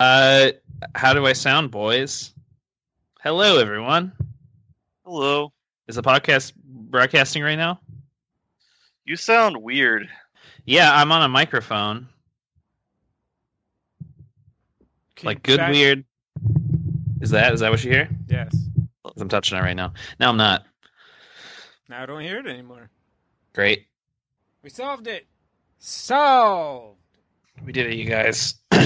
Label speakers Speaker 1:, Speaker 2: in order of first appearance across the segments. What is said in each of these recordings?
Speaker 1: Uh, how do I sound, boys? Hello, everyone.
Speaker 2: Hello.
Speaker 1: Is the podcast broadcasting right now?
Speaker 2: You sound weird.
Speaker 1: Yeah, I'm on a microphone.
Speaker 3: Can you
Speaker 1: Like good,
Speaker 3: back-
Speaker 1: weird. Is that is that what you hear?
Speaker 3: Yes.
Speaker 1: 'Cause I'm touching it right now. No, I'm not.
Speaker 3: Now I don't hear it anymore.
Speaker 1: Great.
Speaker 3: We solved it. Solved.
Speaker 1: We did it, you guys. we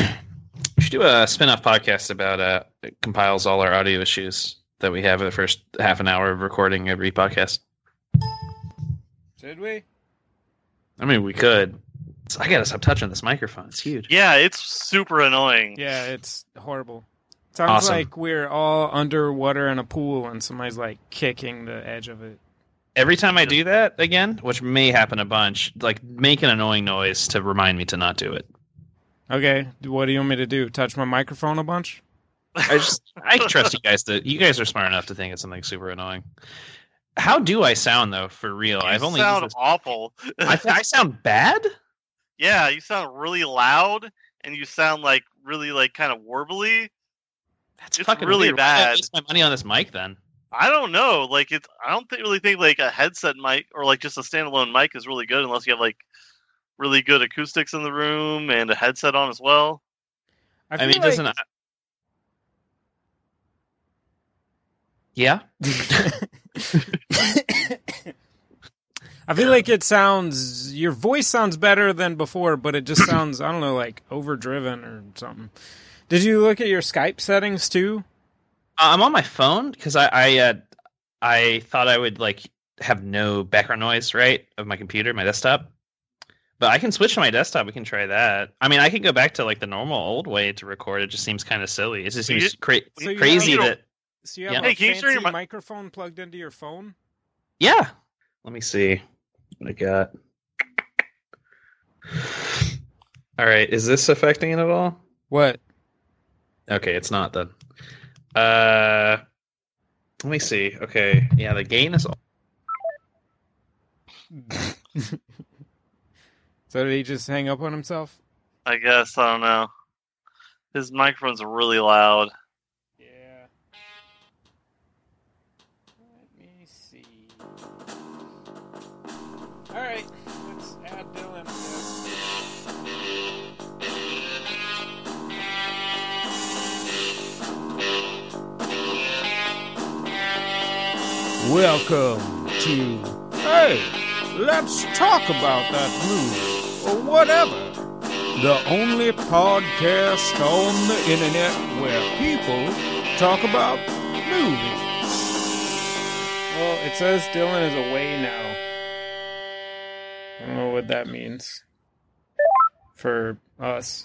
Speaker 1: should do a spin-off podcast about uh it compiles all our audio issues that we have in the first half an hour of recording every podcast.
Speaker 3: Should we?
Speaker 1: I mean, we could. I gotta stop touching this microphone. It's huge.
Speaker 2: Yeah, it's super annoying.
Speaker 3: Yeah, it's horrible. Sounds
Speaker 1: Awesome.
Speaker 3: like we're all underwater in a pool and somebody's like kicking the edge of it.
Speaker 1: Every time I do that again, which may happen a bunch, like make an annoying noise to remind me to not do it.
Speaker 3: Okay, what do you want me to do? Touch my microphone a bunch?
Speaker 1: I just I trust you guys to you guys are smart enough to think it's something super annoying. How do I sound though for real?
Speaker 2: You
Speaker 1: I've only
Speaker 2: sound
Speaker 1: used
Speaker 2: awful.
Speaker 1: this- I, I sound bad?
Speaker 2: yeah, you sound really loud and you sound like really like kind of warbly.
Speaker 1: That's
Speaker 2: It's
Speaker 1: fucking
Speaker 2: really
Speaker 1: weird. Why did I
Speaker 2: bad.
Speaker 1: waste my money on this mic then.
Speaker 2: I don't know. Like it's I don't think really think like a headset mic or like just a standalone mic is really good unless you have like really good acoustics in the room and a headset on as well.
Speaker 1: I, mean,
Speaker 3: feel
Speaker 1: doesn't
Speaker 3: like-
Speaker 1: Yeah.
Speaker 3: I feel like it sounds your voice sounds better than before, but it just sounds I don't know like overdriven or something. Did you look at your Skype settings too?
Speaker 1: Uh, I'm on my phone because I I, uh, I thought I would like have no background noise, right, of my computer, my desktop. But I can switch to my desktop. We can try that. I mean, I could go back to like the normal old way to record. It just seems kind of silly. It just
Speaker 2: So you-
Speaker 1: seems cra-
Speaker 3: so you
Speaker 1: crazy
Speaker 2: have-
Speaker 1: that
Speaker 3: So you have
Speaker 1: Yeah.
Speaker 3: a
Speaker 2: Hey, can you
Speaker 3: fancy
Speaker 2: turn your mi-
Speaker 3: microphone plugged into your phone?
Speaker 1: yeah. Let me see. What I got. All right, is this affecting it at all?
Speaker 3: What?
Speaker 1: Okay, it's not then. Uh, let me see. Okay, yeah, the gain is
Speaker 3: So did he just hang up on himself?
Speaker 2: I guess I don't know. His microphone's really loud.
Speaker 3: Yeah. Let me see. All right, let's add Dylan. Welcome to Hey, let's talk about that movie or whatever. The only podcast on the internet where people talk about movies. Well, it says Dylan is away now. I don't know what that means for us.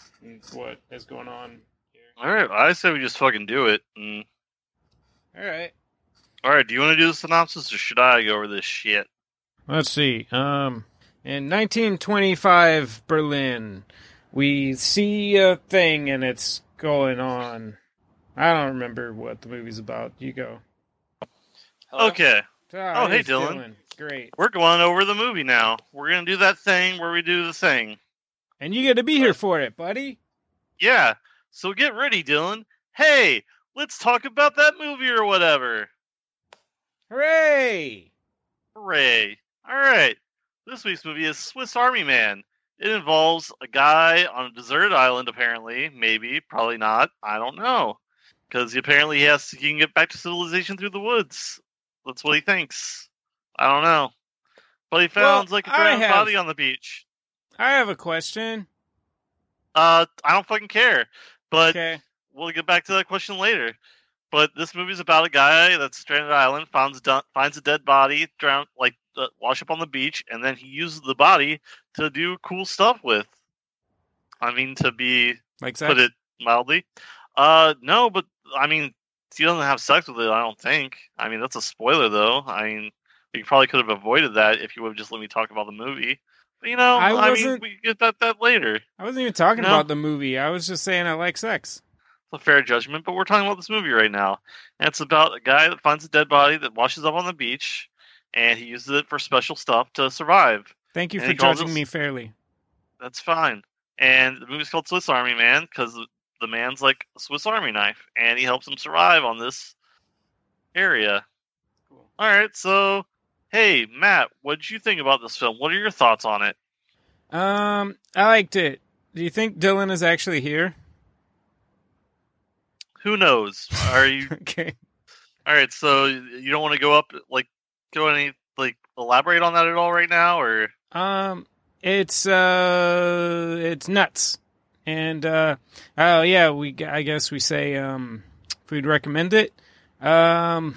Speaker 3: What is going on here?
Speaker 2: All right, I say we just fucking do it. Mm.
Speaker 3: All right.
Speaker 2: All right, do you want to do the synopsis or should I go over this shit?
Speaker 3: Let's see. Um, in 1925 Berlin, we see a thing and it's going on. I don't remember what the movie's about. You go.
Speaker 2: Okay.
Speaker 3: Ah,
Speaker 2: Oh, hey,
Speaker 3: it's
Speaker 2: Dylan.
Speaker 3: Great.
Speaker 2: We're going over the movie now. We're gonna do that thing where we do the thing.
Speaker 3: And you get to be here for it, buddy.
Speaker 2: Yeah. So get ready, Dylan. Hey, let's talk about that movie or whatever.
Speaker 3: Hooray!
Speaker 2: Hooray. Alright. This week's movie is Swiss Army Man. It involves a guy on a deserted island, apparently. Maybe, probably not. I don't know. Because apparently he has to, he can get back to civilization through the woods. That's what he thinks. I don't know. But he found like a
Speaker 3: I
Speaker 2: drowned
Speaker 3: have-
Speaker 2: body on the beach.
Speaker 3: I have a question.
Speaker 2: Uh, I don't fucking care. But
Speaker 3: Okay.
Speaker 2: we'll get back to that question later. But this movie's about a guy that's stranded on an island, finds du- finds a dead body, drown like uh, wash up on the beach, and then he uses the body to do cool stuff with. I mean, to be
Speaker 3: Like sex?
Speaker 2: put it mildly, uh, no, but I mean, he doesn't have sex with it. I don't think. I mean, that's a spoiler though. I mean, you probably could have avoided that if you would have just let me talk about the movie. But, you know,
Speaker 3: I
Speaker 2: I, mean,
Speaker 3: wasn't-
Speaker 2: we get that that later.
Speaker 3: I wasn't even talking
Speaker 2: No.
Speaker 3: about the movie. I was just saying I like sex.
Speaker 2: a fair judgment, but we're talking about this movie right now. And it's about a guy that finds a dead body that washes up on the beach and he uses it for special stuff to survive.
Speaker 3: Thank you
Speaker 2: And
Speaker 3: for
Speaker 2: he calls
Speaker 3: judging
Speaker 2: us-
Speaker 3: me fairly.
Speaker 2: That's fine. And the movie's called Swiss Army Man because the man's like a Swiss Army knife, and he helps him survive on this area.
Speaker 3: Cool.
Speaker 2: All right, so hey, Matt, what did you think about this film? What are your thoughts on it?
Speaker 3: Um, I liked it. Do you think Dylan is actually here?
Speaker 2: Who knows? Are you
Speaker 3: Okay.
Speaker 2: all right? So you don't want to go up like go any like elaborate on that at all right now, or
Speaker 3: Um, it's uh, it's nuts. And uh, oh yeah, we g- I guess we say um, if we'd recommend it. Um,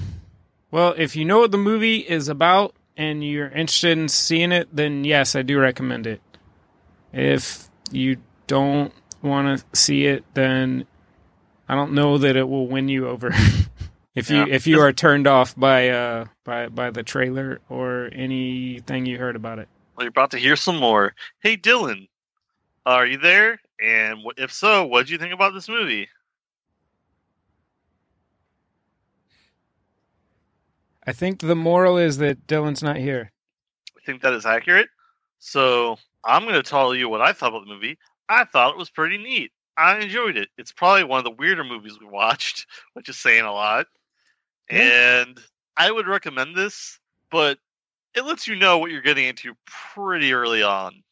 Speaker 3: well, if you know what the movie is about and you're interested in seeing it, then yes, I do recommend it. If you don't want to see it, then I don't know that it will win you over. if you
Speaker 2: Yeah.
Speaker 3: if you are turned off by uh by by the trailer or anything you heard about it.
Speaker 2: well, you're about to hear some more. Hey, Dylan, are you there? And wh- if so, what did you think about this movie?
Speaker 3: I think the moral is that Dylan's not here.
Speaker 2: I think that is accurate. So I'm going to tell you what I thought about the movie. I thought it was pretty neat. I enjoyed it. It's probably one of the weirder movies we watched, which is saying a lot. And I would recommend this, but it lets you know what you're getting into pretty early on.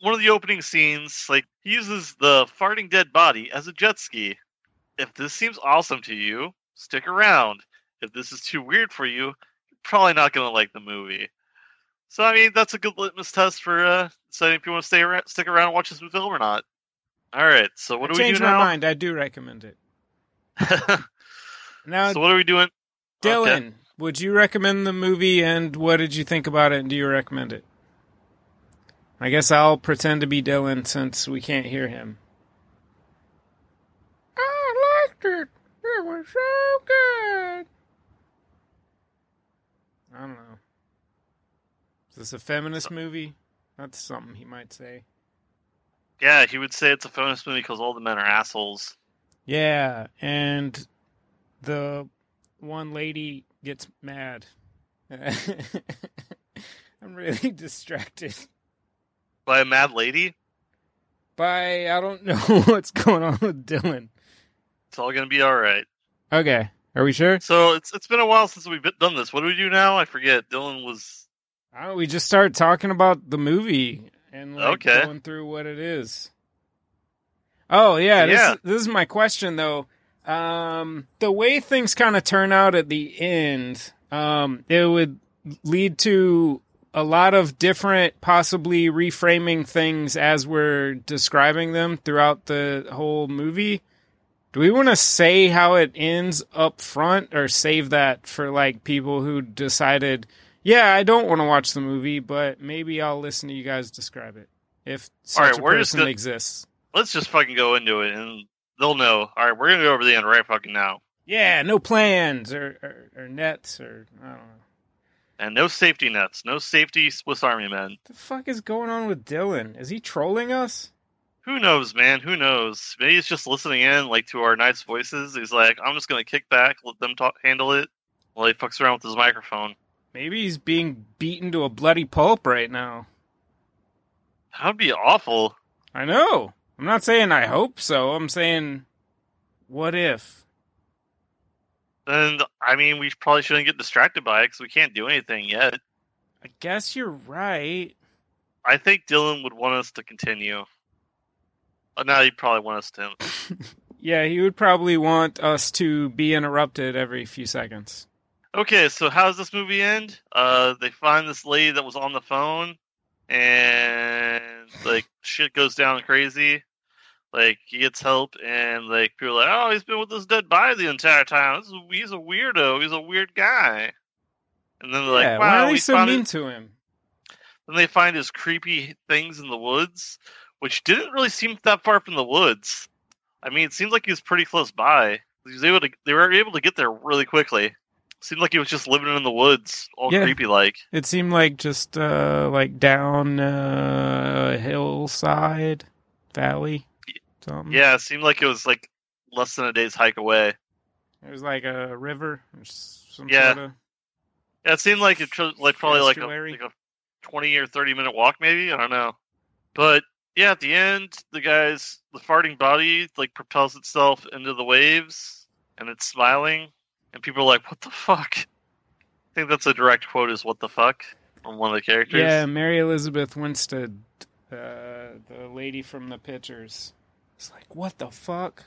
Speaker 2: One of the opening scenes, like he uses the farting dead body as a jet ski. If this seems awesome to you, stick around. If this is too weird for you, you're probably not going to like the movie. So I mean, that's a good litmus test for uh, deciding if you want to stay around, stick around, and watch this film or not. All right. So what
Speaker 3: I
Speaker 2: do we do
Speaker 3: changed my
Speaker 2: now?
Speaker 3: mind. I do recommend it.
Speaker 2: so
Speaker 3: Now,
Speaker 2: what are we doing?
Speaker 3: Dylan,
Speaker 2: Okay.
Speaker 3: would you recommend the movie and what did you think about it and do you recommend it? I guess I'll pretend to be Dylan since we can't hear him. I liked it. It was so good. I don't know. Is this a feminist movie? That's something he might say.
Speaker 2: Yeah, he would say it's a feminist movie because all the men are assholes.
Speaker 3: Yeah, and the one lady gets mad. I'm really distracted
Speaker 2: By a mad lady,
Speaker 3: by I don't know what's going on with Dylan.
Speaker 2: it's all gonna be all right.
Speaker 3: Okay, are we sure?
Speaker 2: So it's it's been a while since we've been- done this. What do we do now? I forget. Dylan was
Speaker 3: I don't, we just started talking about the movie and like
Speaker 2: Okay.
Speaker 3: going through what it is. Oh yeah, this,
Speaker 2: Yeah.
Speaker 3: Is, this is my question though. Um, the way things kind of turn out at the end, um, it would lead to a lot of different, possibly reframing things as we're describing them throughout the whole movie. Do we want to say how it ends up front or save that for like people who decided, yeah, I don't want to watch the movie, but maybe I'll listen to you guys describe it if such
Speaker 2: All right,
Speaker 3: a
Speaker 2: we're just
Speaker 3: person
Speaker 2: gonna-
Speaker 3: exists?
Speaker 2: let's just fucking go into it and they'll know. All right, we're gonna go over the end right fucking now.
Speaker 3: Yeah, no plans or, or, or nets or I don't know.
Speaker 2: And no safety nets, no safety Swiss Army men.
Speaker 3: What the fuck is going on with Dylan? Is he trolling us?
Speaker 2: Who knows, man? Who knows? Maybe he's just listening in, like to our nice voices. He's like, I'm just gonna kick back, let them talk, handle it. While he fucks around with his microphone,
Speaker 3: Maybe he's being beaten to a bloody pulp right now.
Speaker 2: that would be awful.
Speaker 3: I know. I'm not saying I hope so. I'm saying, what if?
Speaker 2: Then I mean, we probably shouldn't get distracted by it because we can't do anything yet.
Speaker 3: I guess you're right.
Speaker 2: I think Dylan would want us to continue. Uh, now he'd probably want us to.
Speaker 3: Yeah, he would probably want us to be interrupted every few seconds.
Speaker 2: Okay, so how does this movie end? Uh, they find this lady that was on the phone, and like shit goes down crazy. Like he gets help, and like people are like, "Oh, he's been with this dead body the entire time. This is, he's a weirdo. He's a weird guy." And then they're
Speaker 3: yeah,
Speaker 2: like,
Speaker 3: why
Speaker 2: "Wow,
Speaker 3: are they
Speaker 2: we
Speaker 3: so
Speaker 2: found
Speaker 3: mean
Speaker 2: it-
Speaker 3: to him?
Speaker 2: Then they find his creepy things in the woods, which didn't really seem that far from the woods. I mean, it seemed like he was pretty close by. He was able to, they were able to get there really quickly. Seemed like he was just living in the woods, all
Speaker 3: Yeah. Mm-hmm.
Speaker 2: creepy like.
Speaker 3: It seemed like just uh like down uh hillside valley something.
Speaker 2: Yeah, it seemed like it was like less than a day's hike away.
Speaker 3: It was like a river or s- some
Speaker 2: Yeah.
Speaker 3: sort of
Speaker 2: Yeah, it seemed like it tr- like probably like a,
Speaker 3: Estuary.
Speaker 2: like a twenty or thirty minute walk, maybe. I don't know, but yeah, at the end, the guy's the farting body like propels itself into the waves, and it's smiling, and people are like, "What the fuck?" I think that's a direct quote is "What the fuck" from one of the characters.
Speaker 3: Yeah, Mary Elizabeth Winstead, uh, the lady from the pictures. It's like, what the fuck?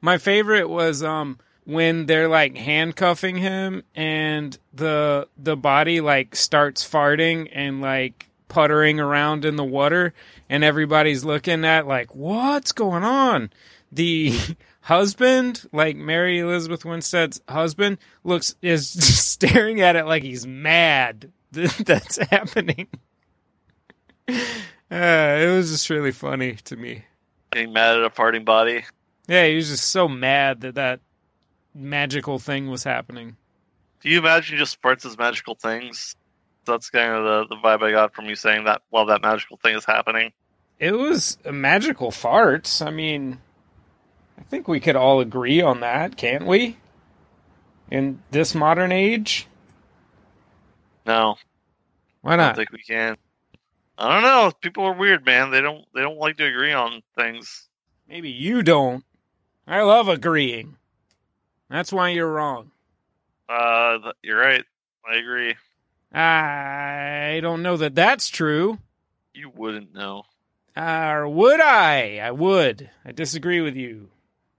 Speaker 3: My favorite was um when they're like handcuffing him and the the body like starts farting and like puttering around in the water and everybody's looking at like what's going on the husband like mary elizabeth winstead's husband looks is staring at it like he's mad that that's happening uh, it was just really funny to me
Speaker 2: Getting mad at a farting body.
Speaker 3: yeah he was just so mad that that magical thing was happening
Speaker 2: Do you imagine just farts as magical things? That's kind of the, the vibe I got from you saying that while that magical thing is happening.
Speaker 3: it was a magical farts i mean i think we could all agree on that can't we in this modern age
Speaker 2: No,
Speaker 3: why
Speaker 2: I don't
Speaker 3: not
Speaker 2: think we can. I don't know. People are weird, man. They don't they don't like to agree on things.
Speaker 3: Maybe you don't. I love agreeing. That's why you're wrong.
Speaker 2: Uh, th- you're right. I agree.
Speaker 3: I don't know that that's true.
Speaker 2: You wouldn't know.
Speaker 3: Or would I? I would. I disagree with you.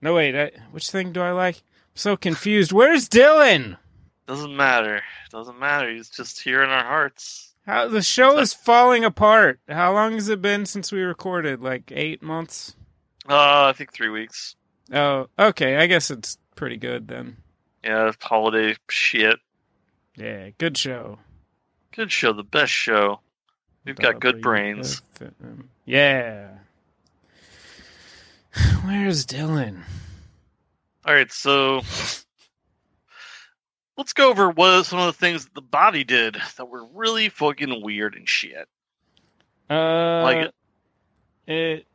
Speaker 3: No, wait. I, which thing do I like? I'm so confused. Where's Dylan?
Speaker 2: Doesn't matter. Doesn't matter. He's just here in our hearts.
Speaker 3: How the show is falling apart. How long has it been since we recorded? Like eight months.
Speaker 2: Uh, I think three weeks.
Speaker 3: Oh, okay. I guess it's pretty good then.
Speaker 2: Yeah, holiday shit.
Speaker 3: Yeah, good show.
Speaker 2: Good show. The best show. We've got good brains.
Speaker 3: Yeah. Where's Dylan?
Speaker 2: All right, so let's go over what are some of the things that the body did that were really fucking weird and shit.
Speaker 3: Uh,
Speaker 2: Like,
Speaker 3: it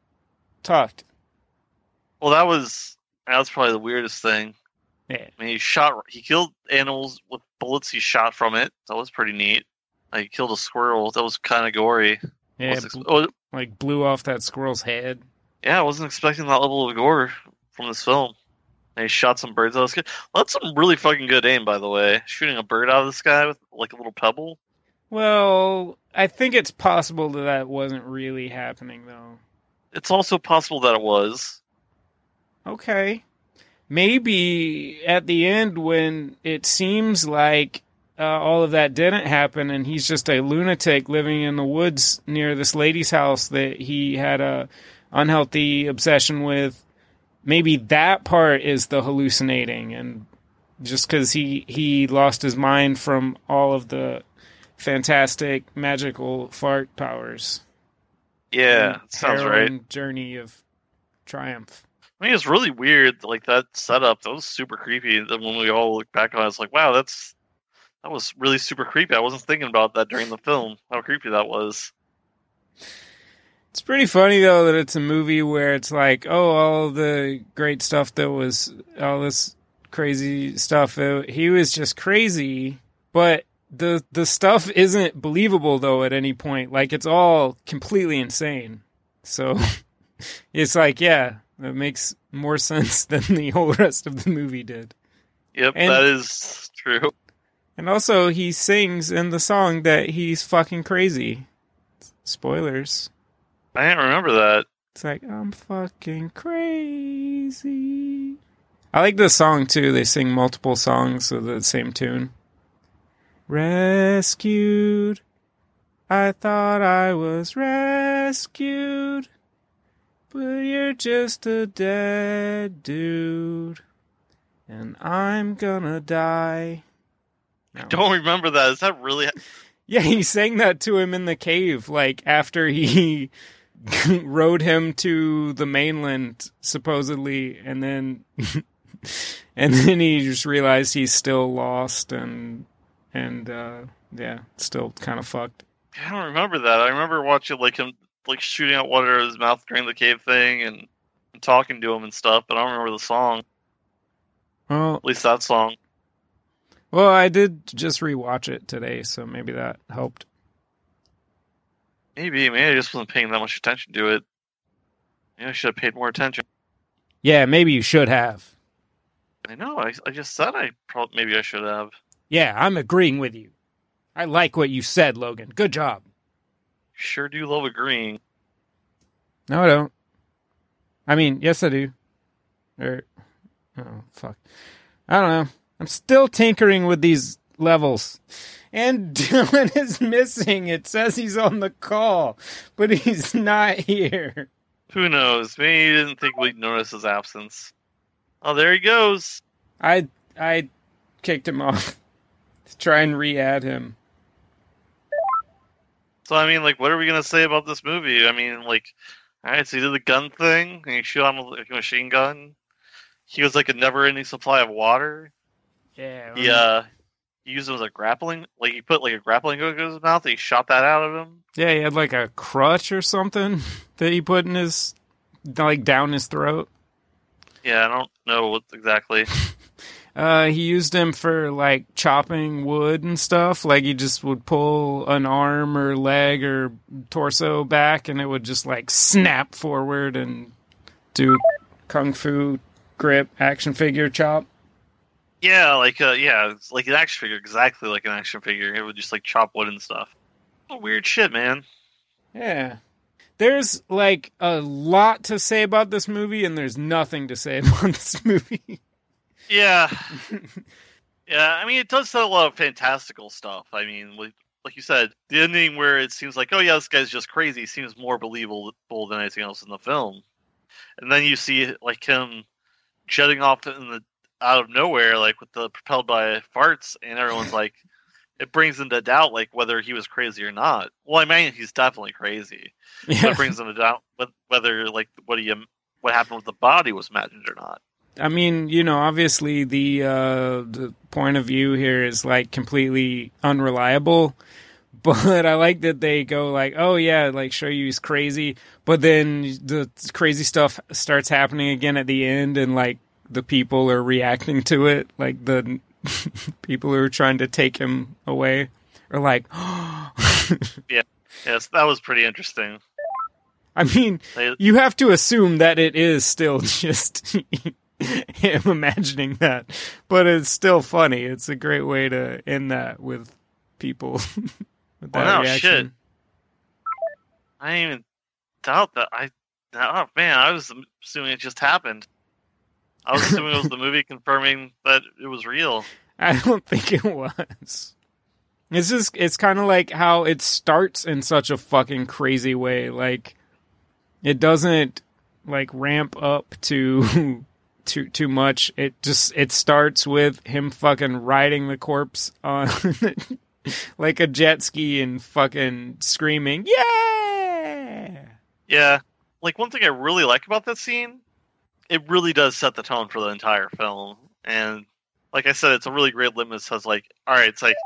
Speaker 3: talked.
Speaker 2: well, that was that was probably the weirdest thing.
Speaker 3: Yeah.
Speaker 2: I mean, he shot. He killed animals with bullets he shot from it. That was pretty neat. Like, he killed a squirrel. That was kind of gory.
Speaker 3: Yeah,
Speaker 2: Wasn't
Speaker 3: bl-
Speaker 2: ex- oh,
Speaker 3: like blew off that squirrel's head.
Speaker 2: yeah, I wasn't expecting that level of gore from this film. And he shot some birds out of the sky. That's some really fucking good aim, by the way. Shooting a bird out of the sky with like a little pebble.
Speaker 3: Well, I think it's possible that that wasn't really happening though.
Speaker 2: It's also possible that it was.
Speaker 3: Okay. Maybe at the end when it seems like uh, all of that didn't happen and he's just a lunatic living in the woods near this lady's house that he had a unhealthy obsession with maybe that part is the hallucinating and just cuz he he lost his mind from all of the fantastic magical fart powers
Speaker 2: Yeah,
Speaker 3: and
Speaker 2: it sounds right.
Speaker 3: harrowing journey of triumph
Speaker 2: I mean, it's really weird. Like that setup, that was super creepy. And then when we all look back on it, it's like, wow, that's that was really super creepy. I wasn't thinking about that during the film. How creepy that was.
Speaker 3: It's pretty funny though that it's a movie where it's like, oh, all the great stuff that was all this crazy stuff. uh, he was just crazy, but the the stuff isn't believable though at any point. Like it's all completely insane. So it's like, yeah, it makes more sense than the whole rest of the movie did.
Speaker 2: Yep,
Speaker 3: And-
Speaker 2: that is true.
Speaker 3: And also, he sings in the song that he's fucking crazy. Spoilers.
Speaker 2: I didn't remember that.
Speaker 3: It's like I'm fucking crazy. I like this song too. They sing multiple songs of the same tune. Rescued. I thought I was rescued. But you're just a dead dude. And I'm gonna die. No.
Speaker 2: Don't remember that. Is that really?
Speaker 3: Yeah, he sang that to him in the cave, like after he rode him to the mainland, supposedly, and then and then he just realized he's still lost and and uh yeah, still kind of fucked.
Speaker 2: I don't remember that. I remember watching like him like shooting out water out of his mouth during the cave thing and, and talking to him and stuff. But I don't remember the song.
Speaker 3: Well,
Speaker 2: At least that song.
Speaker 3: well, I did just rewatch it today, so maybe that helped.
Speaker 2: Maybe, maybe I just wasn't paying that much attention to it. Maybe I should have paid more attention.
Speaker 3: Yeah, maybe you should have.
Speaker 2: I know. I, I just said I probably maybe I should have.
Speaker 3: Yeah, I'm agreeing with you. I like what you said, Logan. Good job.
Speaker 2: Sure do love agreeing.
Speaker 3: No, I don't. I mean, yes, I do. Or, oh, fuck. I don't know. I'm still tinkering with these levels. And Dylan is missing. It says he's on the call, but he's not here.
Speaker 2: Who knows? Maybe he didn't think we'd notice his absence. Oh, there he goes.
Speaker 3: I I kicked him off to try and re-add him.
Speaker 2: So I mean, like, what are we gonna say about this movie? I mean, like, all right, so he did the gun thing, and he shot him with like, a machine gun. He was like a never-ending supply of water.
Speaker 3: Yeah.
Speaker 2: He uh, he used it as a grappling, like he put like a grappling hook in his mouth. And he shot that out of him.
Speaker 3: Yeah, he had like a crutch or something that he put in his like down his throat.
Speaker 2: Yeah, I don't know what exactly.
Speaker 3: Uh, he used him for like chopping wood and stuff. Like he just would pull an arm or leg or torso back, and it would just like snap forward and do kung fu grip action figure chop.
Speaker 2: Yeah, like uh, yeah, it's like an action figure, exactly like an action figure. It would just like chop wood and stuff. What weird shit, man.
Speaker 3: Yeah. There's like a lot to say about this movie, and there's nothing to say about this movie.
Speaker 2: Yeah, yeah. I mean, it does set a lot of fantastical stuff. I mean, like, like you said, the ending where it seems like, oh yeah, this guy's just crazy, seems more believable than anything else in the film. And then you see like him jetting off in the out of nowhere, like with the propelled by farts, and everyone's like, it brings into doubt like whether he was crazy or not. Well, I mean, he's definitely crazy. That brings into doubt whe- whether like what he what happened with the body was imagined or not.
Speaker 3: I mean, you know, obviously the uh, the point of view here is like completely unreliable, but I like that they go like, "Oh yeah, like show you he's crazy," but then the crazy stuff starts happening again at the end, and like the people are reacting to it, like the people who are trying to take him away are like,
Speaker 2: Yes, that was pretty interesting.
Speaker 3: I mean,
Speaker 2: They-
Speaker 3: you have to assume that it is still just him imagining that, but it's still funny. It's a great way to end that with people. with that
Speaker 2: Wow,
Speaker 3: reaction.
Speaker 2: shit. I didn't even doubt that. I oh man, I was assuming it just happened. I was assuming it was the movie confirming that it was real.
Speaker 3: I don't think it was. It's just it's kind of like how it starts in such a fucking crazy way. Like it doesn't like ramp up to too too much. It just it starts with him fucking riding the corpse on like a jet ski and fucking screaming, "Yeah!"
Speaker 2: Yeah. Like one thing I really like about that scene, it really does set the tone for the entire film. And like I said, it's a really great litmus test. Like, all right, it's like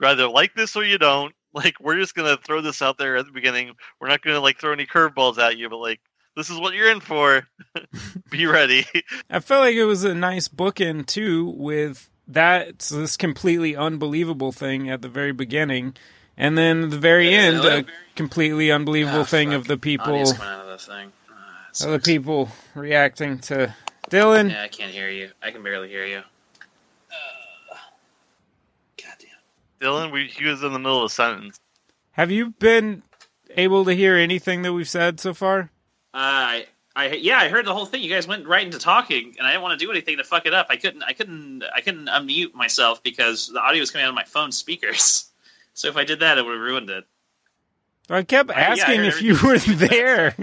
Speaker 2: you either like this or you don't. Like, we're just gonna throw this out there at the beginning. We're not gonna like throw any curveballs at you, but like this is what you're in for. Be ready.
Speaker 3: I felt like it was a nice bookend too with that so this completely unbelievable thing at the very beginning, and then the very
Speaker 1: Yeah,
Speaker 3: end,
Speaker 1: yeah,
Speaker 3: a completely unbelievable
Speaker 1: Ah,
Speaker 3: thing
Speaker 1: fuck.
Speaker 3: of the people,
Speaker 1: Audience went out of the thing. Ah, it
Speaker 3: of the
Speaker 1: sucks.
Speaker 3: people reacting to Dylan.
Speaker 1: Yeah, I can't hear you. I can barely hear you. Uh, goddamn.
Speaker 2: Dylan, we, he was in the middle of a sentence.
Speaker 3: Have you been able to hear anything that we've said so far?
Speaker 1: Uh, I, I, yeah, I heard the whole thing. You guys went right into talking, and I didn't want to do anything to fuck it up. I couldn't, I couldn't, I couldn't unmute myself because the audio was coming out of my phone speakers. So if I did that, it would have ruined it.
Speaker 3: I kept
Speaker 1: yeah, I
Speaker 3: asking
Speaker 1: heard
Speaker 3: if you were there.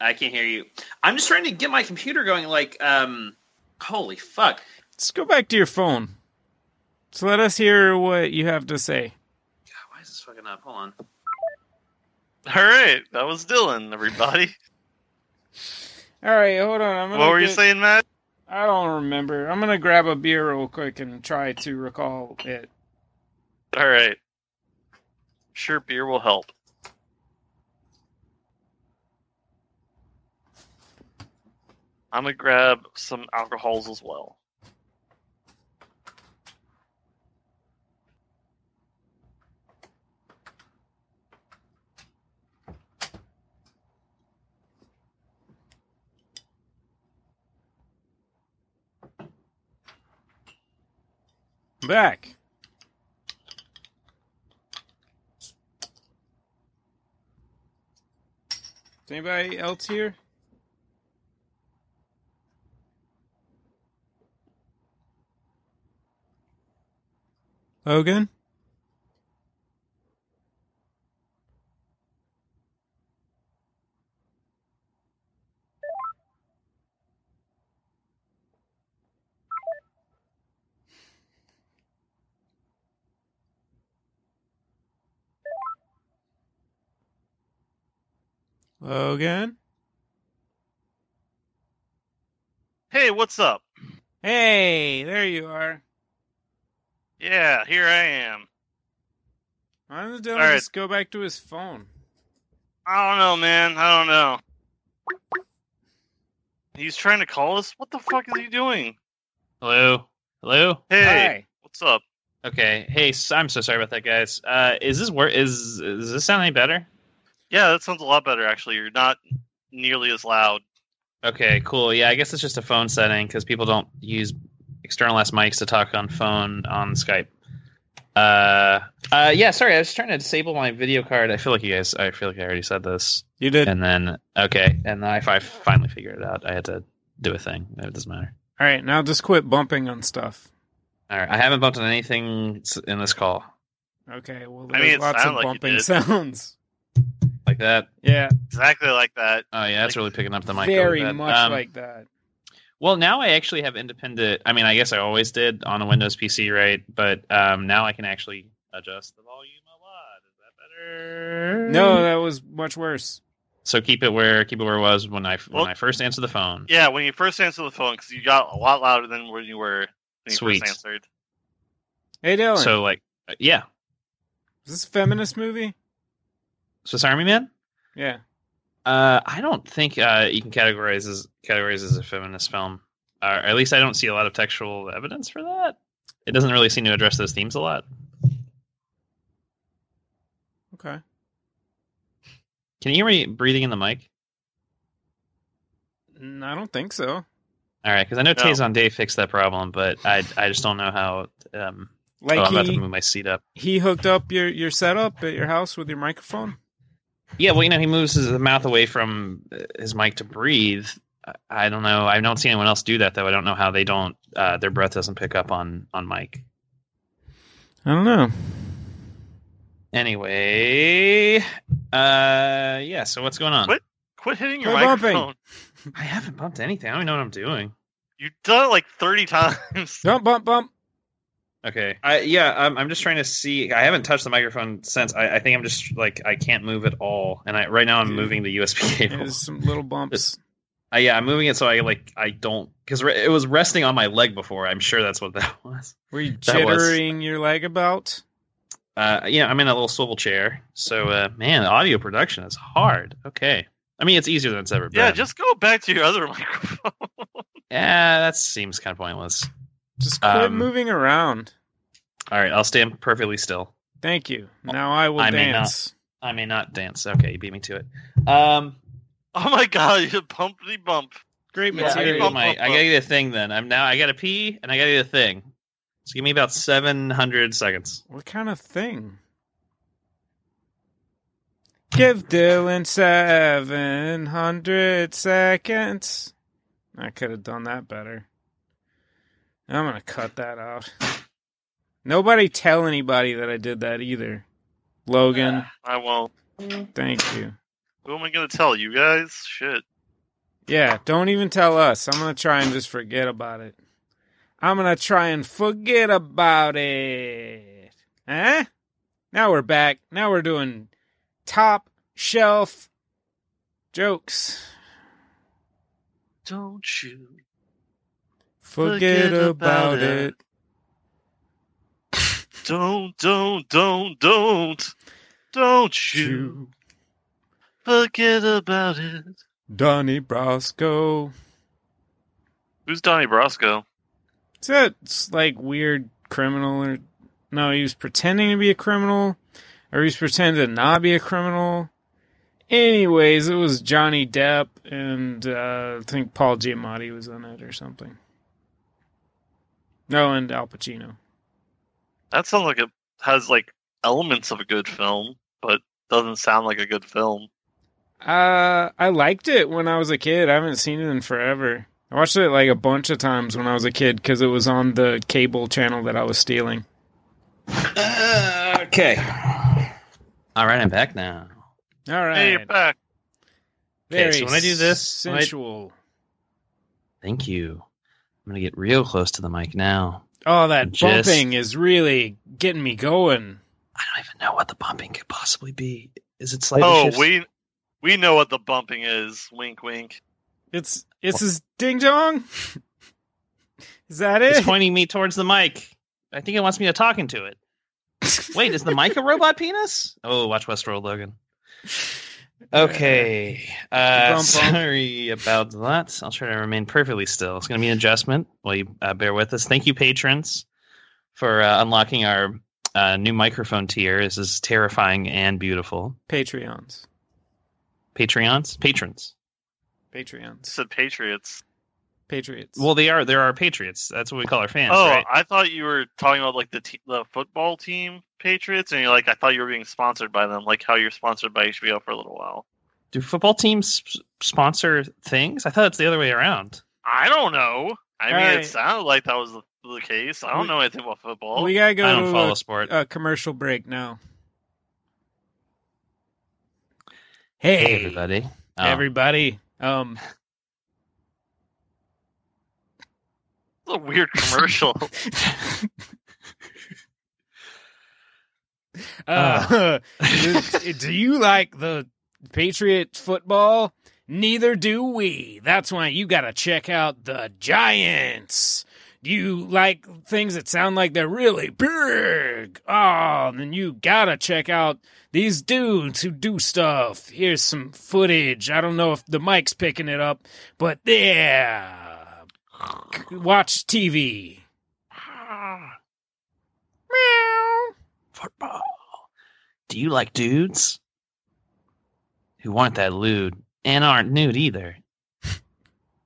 Speaker 1: I can't hear you. I'm just trying to get my computer going. Like, um, holy fuck.
Speaker 3: Let's go back to your phone. So let us hear what you have to say.
Speaker 1: God, why is this fucking up? Hold on.
Speaker 2: All right, that was Dylan, everybody.
Speaker 3: All right, hold on. I'm
Speaker 2: what
Speaker 3: gonna
Speaker 2: were you
Speaker 3: get-
Speaker 2: saying, Matt?
Speaker 3: I don't remember. I'm gonna grab a beer real quick and try to recall it.
Speaker 2: All right. Sure, beer will help. I'm gonna grab some alcohols as well.
Speaker 3: back. Is anybody else here? Logan? Logan?
Speaker 2: Hey, what's up?
Speaker 3: Hey, there you are.
Speaker 2: Yeah, here I am.
Speaker 3: Why don't Dylan
Speaker 2: All right.
Speaker 3: just go back to his phone?
Speaker 2: I don't know, man. I don't know. He's trying to call us. What the fuck is he doing?
Speaker 1: Hello, hello.
Speaker 2: Hey,
Speaker 3: Hi.
Speaker 2: what's up?
Speaker 1: Okay. Hey, s- I'm so sorry about that, guys. Uh, is this wor- is does this sound any better?
Speaker 2: Yeah, that sounds a lot better actually. You're not nearly as loud.
Speaker 1: Okay, cool. Yeah, I guess it's just a phone setting because people don't use external ass mics to talk on phone on Skype. Uh, uh, yeah. Sorry, I was trying to disable my video card. I feel like you guys. I feel like I already said this,
Speaker 3: You did.
Speaker 1: and then okay, and then I, fi- finally figured it out. I had to do a thing. It doesn't matter.
Speaker 3: All right, now just quit bumping on stuff.
Speaker 1: All right, I haven't bumped on anything s- in this call
Speaker 3: Okay, well,
Speaker 2: I mean,
Speaker 3: there's
Speaker 2: it
Speaker 3: lots of
Speaker 2: sounded like you
Speaker 3: bumping
Speaker 2: did.
Speaker 3: sounds.
Speaker 1: like that.
Speaker 3: Yeah,
Speaker 2: Exactly like that.
Speaker 1: Oh yeah, that's
Speaker 2: Like,
Speaker 1: really picking up the mic. really
Speaker 3: very
Speaker 1: bad.
Speaker 3: much
Speaker 1: Um,
Speaker 3: like that.
Speaker 1: Well, now I actually have independent. I mean, I guess I always did on a Windows PC, right? But um, now I can actually adjust the volume a lot. Is that better?
Speaker 3: No, that was much worse.
Speaker 1: So keep it where keep it where it was when I when
Speaker 2: Well-
Speaker 1: I first answered the phone.
Speaker 2: Yeah, when you first answered the phone, because you got a lot louder than when you were when you
Speaker 1: Sweet.
Speaker 2: first answered.
Speaker 3: Hey, Dylan,
Speaker 1: So like, uh, yeah,
Speaker 3: is this a feminist movie?
Speaker 1: Swiss Army Man.
Speaker 3: Yeah.
Speaker 1: Uh, I don't think uh, you can categorize as categorize as a feminist film, or at least I don't see a lot of textual evidence for that. It doesn't really seem to address those themes a lot.
Speaker 3: Okay.
Speaker 1: Can you hear me breathing in the mic?
Speaker 3: Mm, I don't think so.
Speaker 1: All right, because I know
Speaker 2: No.
Speaker 1: Tazon Day fixed that problem, but I I just don't know how. Um,
Speaker 3: Like
Speaker 1: oh, I'm about to
Speaker 3: he
Speaker 1: move my seat up.
Speaker 3: he hooked up your your setup at your house with your microphone.
Speaker 1: Yeah, well, you know, he moves his mouth away from uh, his mic to breathe. I- I don't know. I don't see anyone else do that though. I don't know how they don't. Uh, their breath doesn't pick up on on mic.
Speaker 3: I don't know.
Speaker 1: Anyway, uh, yeah. So what's going on?
Speaker 2: What? Quit hitting your
Speaker 3: Quit bumping.
Speaker 2: microphone.
Speaker 1: I haven't bumped anything. I don't even know what I'm doing.
Speaker 2: You've done it like thirty times.
Speaker 3: Don't bump bump.
Speaker 1: Okay. I yeah. I'm, I'm just trying to see. I haven't touched the microphone since. I, I think I'm just like I can't move at all. And I right now I'm
Speaker 3: Yeah.
Speaker 1: moving the USB cable.
Speaker 3: There's some little bumps.
Speaker 1: Uh, yeah, I'm moving it so I like I don't because re- it was resting on my leg before. I'm sure that's what that was.
Speaker 3: Were you
Speaker 1: That was-
Speaker 3: jittering your leg about?
Speaker 1: Uh, yeah, I'm in a little swivel chair, so uh, man, audio production is hard. Okay, I mean it's easier than it's ever been.
Speaker 2: yeah, just go back to your other microphone.
Speaker 1: yeah, that seems kind of pointless.
Speaker 3: Just quit
Speaker 1: Um,
Speaker 3: moving around.
Speaker 1: All right, I'll stand perfectly still.
Speaker 3: Thank you. Now I will
Speaker 1: I may not.
Speaker 3: dance.
Speaker 1: I may not dance. Okay, you beat me to it. Um,
Speaker 2: Oh my god, you bumpy bump.
Speaker 3: Great
Speaker 1: yeah, I, gotta
Speaker 3: material.
Speaker 1: get my, I gotta get a thing then. I'm now I gotta pee and I gotta get a thing. So give me about seven hundred seconds.
Speaker 3: What kind of thing? Give Dylan 700 seconds. I could have done that better. I'm going to cut that out. Nobody tell anybody that I did that either. Logan,
Speaker 2: I won't.
Speaker 3: thank you.
Speaker 2: Who am I gonna tell? You guys? Shit.
Speaker 3: Yeah, don't even tell us. I'm going to try and just forget about it. I'm going to try and forget about it. Huh? Now we're back. Now we're doing top shelf jokes.
Speaker 2: Don't you?
Speaker 3: Forget,
Speaker 2: Forget
Speaker 3: about,
Speaker 2: about
Speaker 3: it.
Speaker 2: it. Don't, don't, don't, don't. Don't you
Speaker 3: You,
Speaker 2: forget about it.
Speaker 3: Donnie Brasco.
Speaker 2: Who's Donnie Brasco?
Speaker 3: Is that s- like weird criminal or no? He was pretending to be a criminal, or he was pretending to not be a criminal. Anyways, it was Johnny Depp and uh, I think Paul Giamatti was in it or something. No, and Al Pacino.
Speaker 2: That sounds like it has like elements of a good film, but doesn't sound like a good film.
Speaker 3: Uh, I liked it when I was a kid. I haven't seen it in forever. I watched it like a bunch of times when I was a kid because it was on the cable channel that I was stealing.
Speaker 1: Uh, okay. All right, I'm back now.
Speaker 3: All right.
Speaker 2: Hey, you're back.
Speaker 1: Okay,
Speaker 3: Very
Speaker 1: so when I do this, when I-
Speaker 3: sensual.
Speaker 1: Thank you. I'm gonna get real close to the mic now.
Speaker 3: Oh, that
Speaker 1: Just-
Speaker 3: bumping is really getting me going.
Speaker 1: I don't even know what the bumping could possibly be. Is it slightly?
Speaker 2: oh,
Speaker 1: shifts?
Speaker 2: we we know what the bumping is. Wink, wink.
Speaker 3: It's it's his ding dong. is that
Speaker 1: It's
Speaker 3: it?
Speaker 1: pointing me towards the mic. I think it wants me to talk into it. Wait, is the mic a robot penis? Oh, watch Westworld, Logan. Okay. Uh,
Speaker 3: Bump, bump.
Speaker 1: sorry about that. I'll try to remain perfectly still. It's going to be an adjustment. Well, you uh, bear with us. Thank you, patrons, for uh, unlocking our uh, new microphone tier. This is terrifying and beautiful.
Speaker 3: Patreons.
Speaker 1: Patreons, patrons.
Speaker 2: It
Speaker 3: Patreons.
Speaker 2: said Patriots.
Speaker 3: Patriots.
Speaker 1: Well, they are. There are patriots. That's what we call our fans.
Speaker 2: oh,
Speaker 1: right?
Speaker 2: I thought you were talking about like the te- the football team Patriots, and you're like, I thought you were being sponsored by them, like how you're sponsored by HBO for a little while.
Speaker 1: Do football teams sp- sponsor things? I thought it's the other way around.
Speaker 2: I don't know. I mean,
Speaker 3: Alright.
Speaker 2: it sounded like that was the, the case. I don't
Speaker 3: We-
Speaker 2: know anything about football.
Speaker 3: we gotta
Speaker 1: I
Speaker 3: go uh,
Speaker 1: don't follow
Speaker 3: to
Speaker 1: sport.
Speaker 3: a, a commercial break now.
Speaker 1: Hey,
Speaker 3: Hey,
Speaker 1: everybody. Oh.
Speaker 3: everybody. Um,
Speaker 2: It's a weird commercial.
Speaker 1: Ah.
Speaker 3: uh, do, do you like the Patriot football? Neither do we. That's why you got to check out the Giants. Do you like things that sound like they're really big? Oh, then you got to check out these dudes who do stuff. Here's some footage. I don't know if the mic's picking it up, but yeah. Watch TV. Meow.
Speaker 1: Football. Do you like dudes who aren't that lewd and aren't nude either?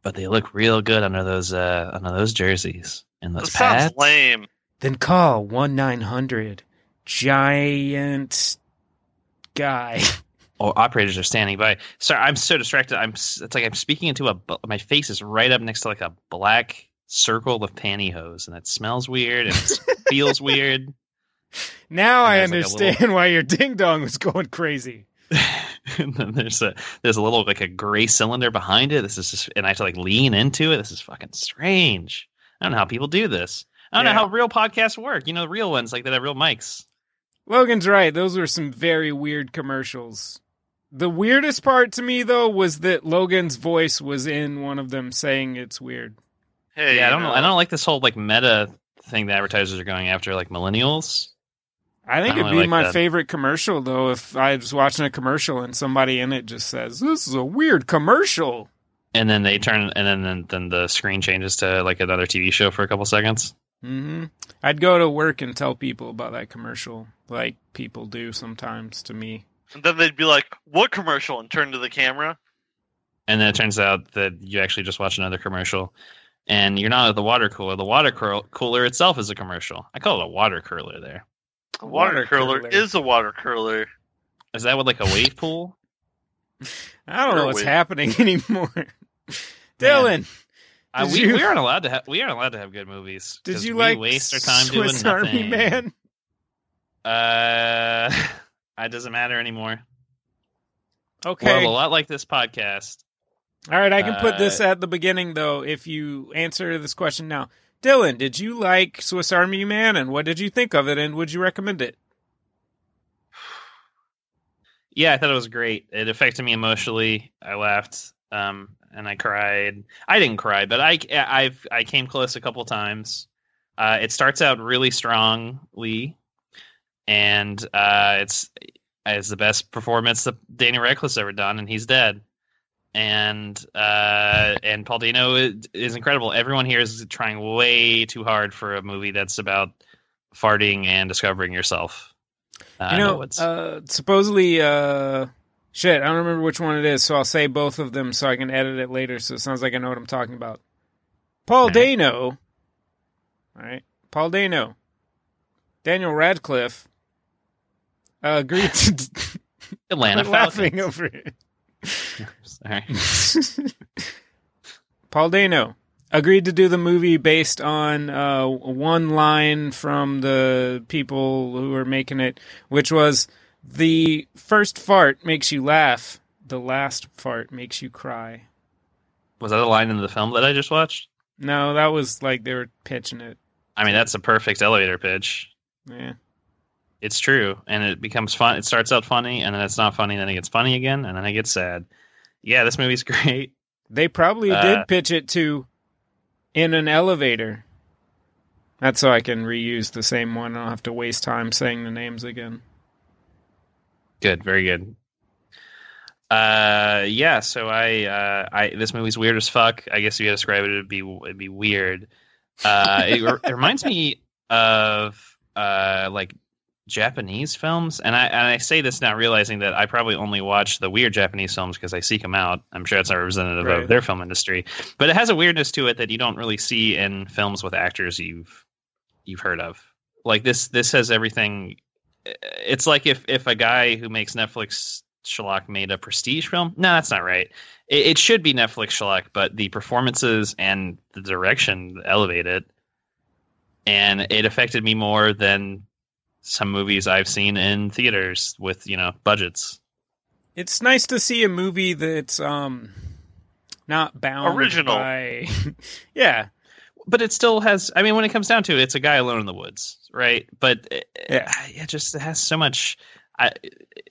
Speaker 1: But they look real good under those uh, under those jerseys and
Speaker 2: that
Speaker 1: those
Speaker 2: sounds
Speaker 1: pads.
Speaker 2: lame.
Speaker 3: Then call 1 900 Giant Guy.
Speaker 1: Or operators are standing by. Sorry, I'm so distracted. I'm s- it's like I'm speaking into a bu- my face is right up next to like a black circle of pantyhose, and it smells weird and it feels weird.
Speaker 3: Now
Speaker 1: And
Speaker 3: I
Speaker 1: there's, like, a little-
Speaker 3: understand why your ding dong was going crazy.
Speaker 1: and then there's a there's a little like a gray cylinder behind it. This is just, and I have to like lean into it. This is fucking strange. I don't know how people do this. I don't
Speaker 3: Yeah.
Speaker 1: know how real podcasts work. You know, the real ones like that have real mics.
Speaker 3: Logan's right. Those were some very weird commercials. The weirdest part to me, though, was that Logan's voice was in one of them saying it's weird.
Speaker 2: Hey,
Speaker 1: Yeah, I
Speaker 2: you
Speaker 1: don't know. I don't like this whole like meta thing that advertisers are going after, like millennials.
Speaker 3: I think
Speaker 1: Oh, I
Speaker 3: it'd
Speaker 1: only
Speaker 3: be
Speaker 1: like
Speaker 3: my
Speaker 1: that.
Speaker 3: favorite commercial, though, if I was watching a commercial and somebody in it just says, This is a weird commercial.
Speaker 1: And then they turn, and then then, then the screen changes to like another TV show for a couple seconds.
Speaker 3: hmm I'd go to work and tell people about that commercial, like people do sometimes to me.
Speaker 2: And then they'd be like, "What commercial?" and turn to the camera.
Speaker 1: and then it turns out that you actually just watch another commercial and you're not at the water cooler the water curl- cooler itself is a commercial i call it a water curler there
Speaker 2: A water,
Speaker 3: Water
Speaker 2: curler,
Speaker 3: cooler.
Speaker 2: is a water curler.
Speaker 1: is that with like a wave pool
Speaker 3: I don't know
Speaker 2: Or
Speaker 3: what's
Speaker 2: wait.
Speaker 3: happening anymore. Dylan,
Speaker 1: I,
Speaker 3: Did
Speaker 1: Uh, we,
Speaker 3: you-
Speaker 1: we aren't allowed to ha- we aren't allowed to have good movies
Speaker 3: did
Speaker 1: 'cause
Speaker 3: you
Speaker 1: we
Speaker 3: like
Speaker 1: waste our time
Speaker 3: Swiss
Speaker 1: doing
Speaker 3: Army
Speaker 1: nothing.
Speaker 3: Man?
Speaker 1: uh it doesn't matter anymore
Speaker 3: Okay.
Speaker 1: well a lot like this podcast
Speaker 3: All right, I can put
Speaker 1: uh,
Speaker 3: this at the beginning though if you answer this question now. Dylan, did you like Swiss Army Man and what did you think of it and would you recommend it?
Speaker 1: yeah i thought it was great it affected me emotionally i laughed um and i cried i didn't cry but i i've i came close a couple times uh it starts out really strongly and uh it's it's the best performance that danny Radcliffe's ever done and he's dead and uh and paul dino is, is incredible everyone here is trying way too hard for a movie that's about farting and discovering yourself uh,
Speaker 3: you
Speaker 1: I
Speaker 3: know,
Speaker 1: it's-
Speaker 3: uh, supposedly, uh, shit, I don't remember which one it is, so I'll say both of them so I can edit it later. So it sounds like I know what I'm talking about. Paul
Speaker 1: Alright.
Speaker 3: Dano, all right, Paul Dano Daniel Radcliffe uh, agreed to
Speaker 1: Atlanta
Speaker 3: I'm laughing
Speaker 1: Falcons.
Speaker 3: over it.
Speaker 1: Sorry.
Speaker 3: Paul Dano agreed to do the movie based on uh, one line from the people who were making it, which was the first fart makes you laugh, the last fart makes you cry.
Speaker 1: Was that a line in the film that I just watched?
Speaker 3: No, that was like they were pitching it.
Speaker 1: I mean, that's a perfect elevator pitch.
Speaker 3: Yeah.
Speaker 1: It's true, and it becomes fun. It starts out funny, and then it's not funny, and then it gets funny again, and then it gets sad. Yeah, this movie's great.
Speaker 3: They probably
Speaker 1: Uh,
Speaker 3: did pitch it to in an elevator. That's so I can reuse the same one. I don't have to waste time saying the names again.
Speaker 1: Good, very good. Uh, yeah. So I, uh, I this movie's weird as fuck. I guess if you describe it, it'd be it'd be weird. Uh, it, re- it reminds me of uh, like Japanese films, and I and I say this not realizing that I probably only watch the weird Japanese films because I seek them out. I'm sure it's not representative
Speaker 3: Right.
Speaker 1: of their film industry, but it has a weirdness to it that you don't really see in films with actors you've you've heard of. Like this, this has everything. It's like if if a guy who makes Netflix shellac made a prestige film. No, that's not right. It, it should be Netflix shellac, but the performances and the direction elevate it, and it affected me more than some movies I've seen in theaters with you know budgets.
Speaker 3: It's nice to see a movie that's um not bound
Speaker 2: Original.
Speaker 3: by Yeah.
Speaker 1: But it still has. I mean, when it comes down to it, it's a guy alone in the woods, right? But it,
Speaker 3: Yeah.
Speaker 1: it just has so much. I,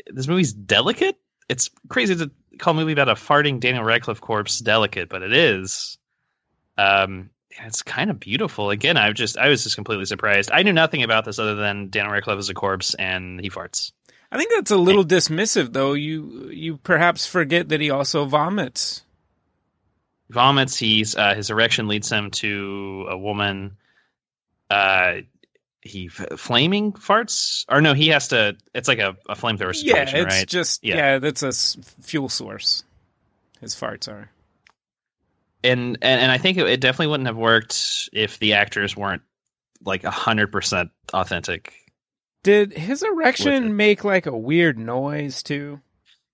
Speaker 1: this movie's delicate. It's crazy to call a movie about a farting Daniel Radcliffe corpse delicate, but it is. Um, yeah, it's kind of beautiful. Again, I just I was just completely surprised. I knew nothing about this other than Daniel Radcliffe is a corpse and he farts.
Speaker 3: I think that's a little dismissive though. You you perhaps forget that he also vomits.
Speaker 1: vomits. He's uh, his erection leads him to a woman. Uh, he f- flaming farts, or no? He has to. It's like a, a flamethrower
Speaker 3: Yeah,
Speaker 1: situation,
Speaker 3: it's
Speaker 1: right?
Speaker 3: just yeah.
Speaker 1: Yeah.
Speaker 3: that's a s- fuel source. His farts are.
Speaker 1: And, and and I think it, it definitely wouldn't have worked if the actors weren't like hundred percent authentic.
Speaker 3: Did his erection
Speaker 1: it.
Speaker 3: make like a weird noise too?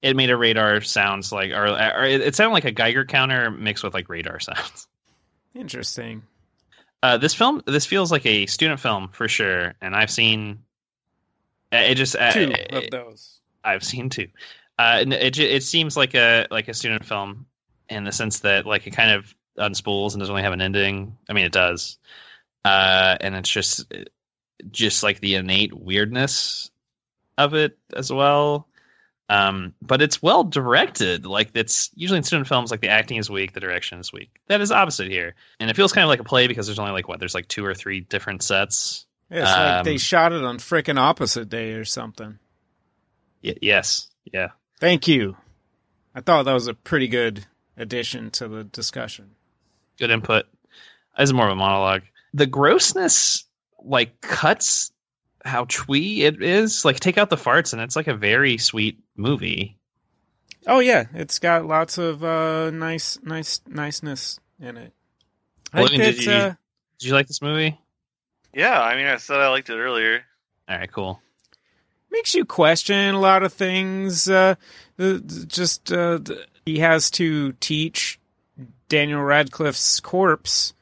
Speaker 1: It made a radar sounds like, or, or it, it sounded like a Geiger counter mixed with like radar sounds.
Speaker 3: Interesting.
Speaker 1: Uh, this film, this feels like a student film for sure, and I've seen. It just
Speaker 3: Two
Speaker 1: uh,
Speaker 3: of those.
Speaker 1: I've seen too. Uh, and it ju- it seems like a like a student film in the sense that like it kind of unspools and doesn't really have an ending. I mean, it does, uh, and it's just just like the innate weirdness of it as well. Um, but it's well directed. Like it's usually in student films, like the acting is weak, the direction is weak. That is opposite here, and it feels kind of like a play because there's only like what there's like two or three different sets.
Speaker 3: Yeah, it's like they
Speaker 1: Um,
Speaker 3: shot it on frickin' opposite day or something.
Speaker 1: Y- yes, yeah.
Speaker 3: Thank you. I thought that was a pretty good addition to the discussion.
Speaker 1: good input. As more of a monologue, the grossness like cuts how twee it is. Like take out the farts, and it's like a very sweet movie.
Speaker 3: Oh yeah, it's got lots of uh, nice, nice, niceness in it. I think
Speaker 1: Logan, did
Speaker 3: it's,
Speaker 1: you-
Speaker 3: uh,
Speaker 1: Did you like this movie?
Speaker 2: Yeah, I mean, I said I liked it earlier.
Speaker 1: All right, cool.
Speaker 3: makes you question a lot of things. Uh, the, the- just uh, the, he has to teach Daniel Radcliffe's corpse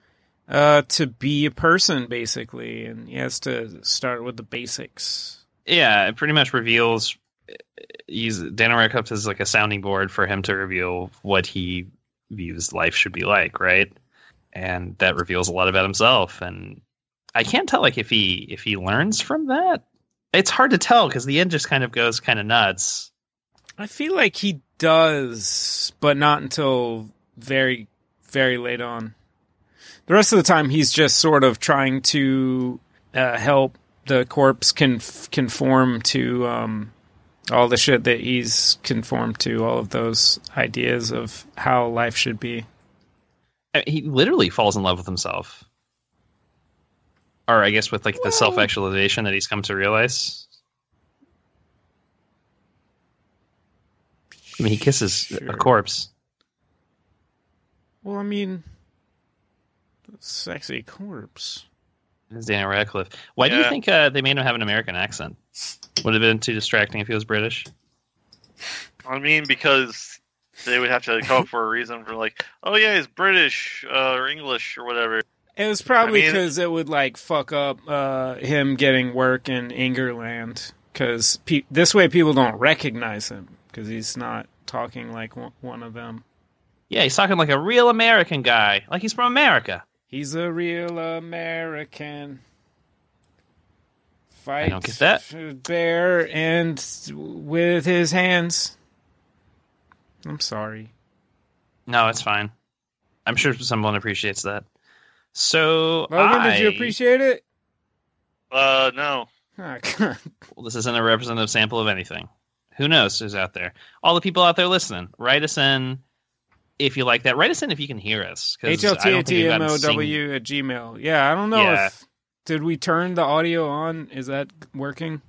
Speaker 3: uh, to be a person, basically, and he has to start with the basics.
Speaker 1: Yeah, it pretty much reveals. He's Daniel Radcliffe is like a sounding board for him to reveal what he views life should be like, right? And that reveals a lot about himself. And I can't tell like if he if he learns from that. It's hard to tell because the end just kind of goes kind of nuts.
Speaker 3: I feel like he does, but not until very, very late on. The rest of the time, he's just sort of trying to uh, help the corpse con- conform to um, all the shit that he's conformed to, all of those ideas of how life should be.
Speaker 1: I- he literally falls in love with himself or i guess with like the self-actualization that he's come to realize i mean he kisses
Speaker 3: Sure.
Speaker 1: a corpse
Speaker 3: Well, I mean, sexy corpse.
Speaker 1: It's Daniel Radcliffe. Why do you
Speaker 2: Yeah.
Speaker 1: think uh, they made him have an American accent? Would have been too distracting if he was British.
Speaker 2: I mean, because they would have to come up for a reason for like, oh yeah, he's British uh, or English or whatever.
Speaker 3: It was probably
Speaker 2: I mean-
Speaker 3: because it would like fuck up uh, him getting work in Ingerland. Because pe- this way, people don't recognize him because he's not talking like one- one of them.
Speaker 1: Yeah, he's talking like a real American guy, like he's from America.
Speaker 3: He's a real American. Fight
Speaker 1: don't get that.
Speaker 3: a bear and with his hands. I'm sorry.
Speaker 1: No, it's fine. I'm sure someone appreciates that. So,
Speaker 3: Logan, did you
Speaker 1: I-
Speaker 3: appreciate it?
Speaker 2: Uh, no.
Speaker 3: Oh, God.
Speaker 1: Well, this isn't a representative sample of anything. Who knows who's out there? All the people out there listening, write us in if you like that. Write us in if you can hear us. 'cause I don't think we've gotten to sing-
Speaker 3: HLTATMOW at Gmail. Yeah, I don't know
Speaker 1: Yeah.
Speaker 3: if. Did we turn the audio on? Is that working?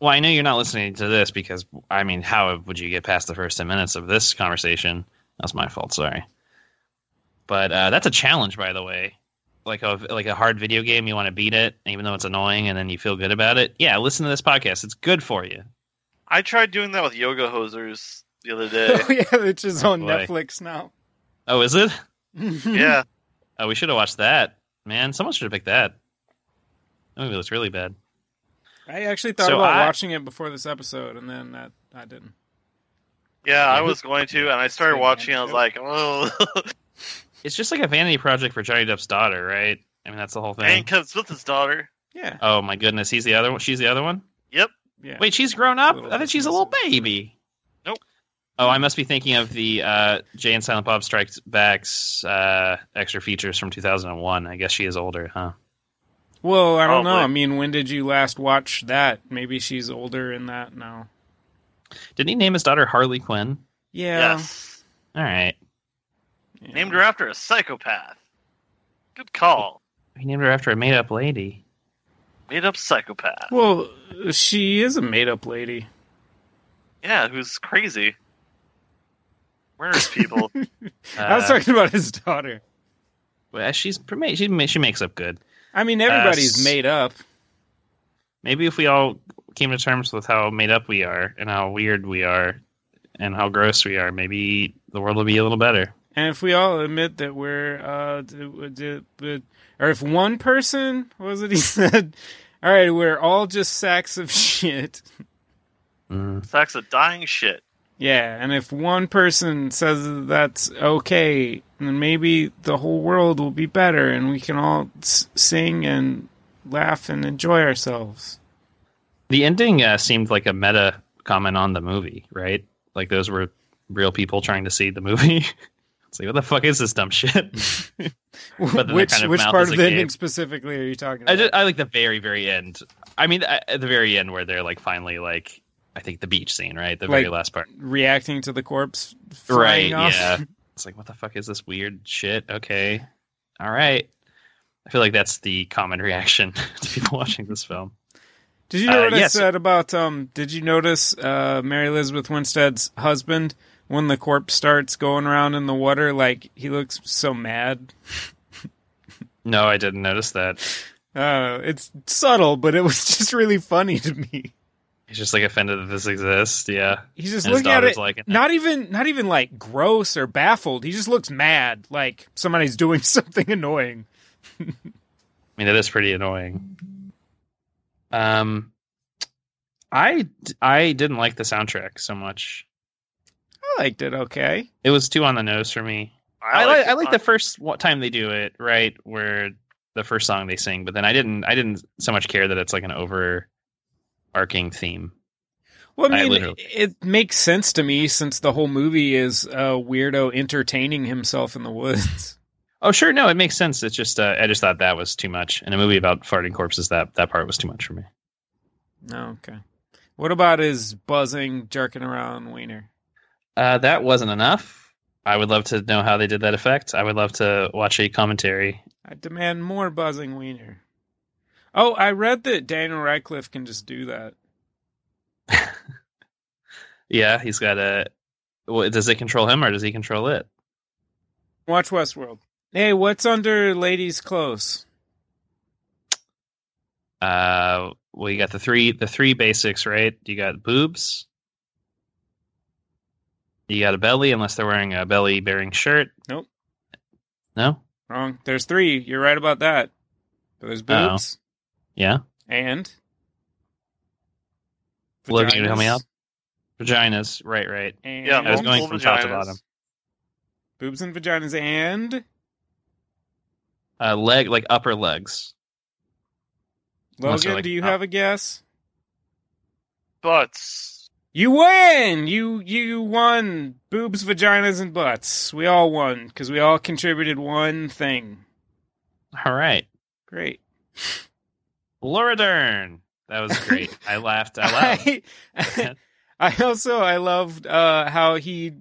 Speaker 1: Well, I know you're not listening to this because, I mean, how would you get past the first 10 minutes of this conversation? That's my fault. Sorry. But uh, that's a challenge, by the way. Like a, like a hard video game, you want to beat it, even though it's annoying, and then you feel good about it. Yeah, listen to this podcast. It's good for you.
Speaker 2: I tried doing that with yoga hosers the other day.
Speaker 3: oh, yeah, which is on
Speaker 1: boy.
Speaker 3: Netflix now.
Speaker 1: Oh, is it?
Speaker 2: yeah,
Speaker 1: Oh, we should have watched that. Man, someone should have picked that. That movie looks really bad.
Speaker 3: I actually thought
Speaker 1: So
Speaker 3: about
Speaker 1: I-
Speaker 3: watching it before this episode, and then that, I didn't.
Speaker 2: yeah, I was going to, and I started
Speaker 3: Same
Speaker 2: watching. I was
Speaker 3: anecdote.
Speaker 2: like, oh,
Speaker 1: It's just like a vanity project for Johnny Depp's daughter, right? I mean, that's the whole thing.
Speaker 2: and Kevin Smith's daughter.
Speaker 3: Yeah.
Speaker 1: Oh my goodness, he's the other one. She's the other one.
Speaker 3: yeah.
Speaker 1: Wait, she's grown up.
Speaker 3: Little
Speaker 1: I think she's a little
Speaker 3: dismissive.
Speaker 1: baby.
Speaker 2: Nope.
Speaker 1: Oh, I must be thinking of the uh, Jay and Silent Bob Strikes Back's uh, extra features from 2001. I guess she is older, huh?
Speaker 3: Well, I don't know.
Speaker 2: Probably.
Speaker 3: I mean, when did you last watch that? Maybe she's older in that now.
Speaker 1: Didn't he name his daughter Harley Quinn?
Speaker 3: Yeah.
Speaker 2: Yes,
Speaker 1: All right,
Speaker 3: yeah.
Speaker 2: named her after a psychopath. Good call.
Speaker 1: he named her after a made-up lady.
Speaker 2: Made up psychopath.
Speaker 3: Well, she is a made up lady.
Speaker 2: Yeah, who's crazy. Murders people.
Speaker 3: I was
Speaker 1: Uh,
Speaker 3: talking about his daughter.
Speaker 1: well, she's pre- she ma- she makes up good.
Speaker 3: I mean, everybody's
Speaker 1: s-
Speaker 3: made up.
Speaker 1: Maybe if we all came to terms with how made up we are and how weird we are and how gross we are, maybe the world will be a little better.
Speaker 3: And if we all admit that we're, uh, d- d- d- or if one person, what was it he said? All right, we're all just sacks of shit.
Speaker 1: Mm.
Speaker 2: Sacks of dying shit.
Speaker 3: Yeah, and if one person says that that's okay, then maybe the whole world will be better and we can all s- sing and laugh and enjoy ourselves.
Speaker 1: The ending uh, seemed like a meta comment on the movie, right? Like those were real people trying to see the movie. it's like, what the fuck is this dumb shit? then their
Speaker 3: which
Speaker 1: kind of
Speaker 3: which
Speaker 1: mouth
Speaker 3: part
Speaker 1: is
Speaker 3: of the
Speaker 1: agape.
Speaker 3: ending specifically are you talking
Speaker 1: I,
Speaker 3: about?
Speaker 1: just, I like the very, very end. I mean, I- at the very end where they're like finally like, I think the beach scene, right? The very
Speaker 3: Like,
Speaker 1: last part.
Speaker 3: Reacting to the corpse
Speaker 1: right
Speaker 3: flying off?
Speaker 1: yeah it's like what the fuck is this weird shit okay all right i feel like that's the common reaction to people watching this film
Speaker 3: Did you
Speaker 1: Uh,
Speaker 3: know what I
Speaker 1: yes.
Speaker 3: said about um? Did you notice uh, Mary Elizabeth Winstead's husband when the corpse starts going around in the water? Like he looks so mad.
Speaker 1: no i didn't notice that
Speaker 3: Uh, it's subtle, but it was just really funny to me.
Speaker 1: he's just like offended that this exists yeah
Speaker 3: He's just
Speaker 1: And his
Speaker 3: looking at
Speaker 1: daughter's
Speaker 3: it,
Speaker 1: like it.
Speaker 3: not even not even like gross or baffled. He just looks mad, like somebody's doing something annoying.
Speaker 1: i mean that is pretty annoying um i i didn't like the soundtrack so much
Speaker 3: I liked it. Okay,
Speaker 1: it was too on the nose for me I,
Speaker 2: liked
Speaker 1: like
Speaker 2: it
Speaker 1: I like
Speaker 2: on-
Speaker 1: the first wa- time they do it, right? Where the first song they sing, but then I didn't I didn't so much care that it's like an overarching theme.
Speaker 3: Well,
Speaker 1: I
Speaker 3: I mean,
Speaker 1: literally-
Speaker 3: it makes sense to me since the whole movie is a weirdo entertaining himself in the woods.
Speaker 1: Oh sure, no, it makes sense. It's just uh, I just thought that was too much in a movie about farting corpses. That that part was too much for me.
Speaker 3: Oh, okay. What about his buzzing, jerking around wiener?
Speaker 1: Uh, that wasn't enough. I would love to know how they did that effect. I would love to watch a commentary.
Speaker 3: I demand more buzzing wiener. Oh, I read that Daniel Radcliffe can just do that.
Speaker 1: Yeah, he's got a. Well, does it control him or does he control it?
Speaker 3: Watch Westworld. Hey, what's under ladies' clothes?
Speaker 1: Uh, well, you got the three the three basics, right? You got boobs. You got a belly, unless they're wearing a belly bearing shirt.
Speaker 3: Nope.
Speaker 1: No.
Speaker 3: Wrong. There's three. You're right about that. But there's
Speaker 1: Uh-oh.
Speaker 3: boobs
Speaker 1: Yeah.
Speaker 3: and.
Speaker 1: Logan, you gonna help me
Speaker 3: vaginas
Speaker 1: out? Vaginas. Right. Right.
Speaker 3: And
Speaker 2: Yeah,
Speaker 1: I was going
Speaker 2: Multiple
Speaker 1: from top to
Speaker 2: vaginas.
Speaker 1: bottom.
Speaker 3: boobs and vaginas and
Speaker 1: Uh, leg, like upper legs. Unless they're
Speaker 3: Logan.
Speaker 1: like-
Speaker 3: do you have a guess?
Speaker 2: Butts.
Speaker 3: You win. You you won. Boobs, vaginas, and butts. We all won because we all contributed one thing.
Speaker 1: All right.
Speaker 3: Great.
Speaker 1: Laura Dern. That was great. I laughed out loud.
Speaker 3: I, I also I loved uh, how he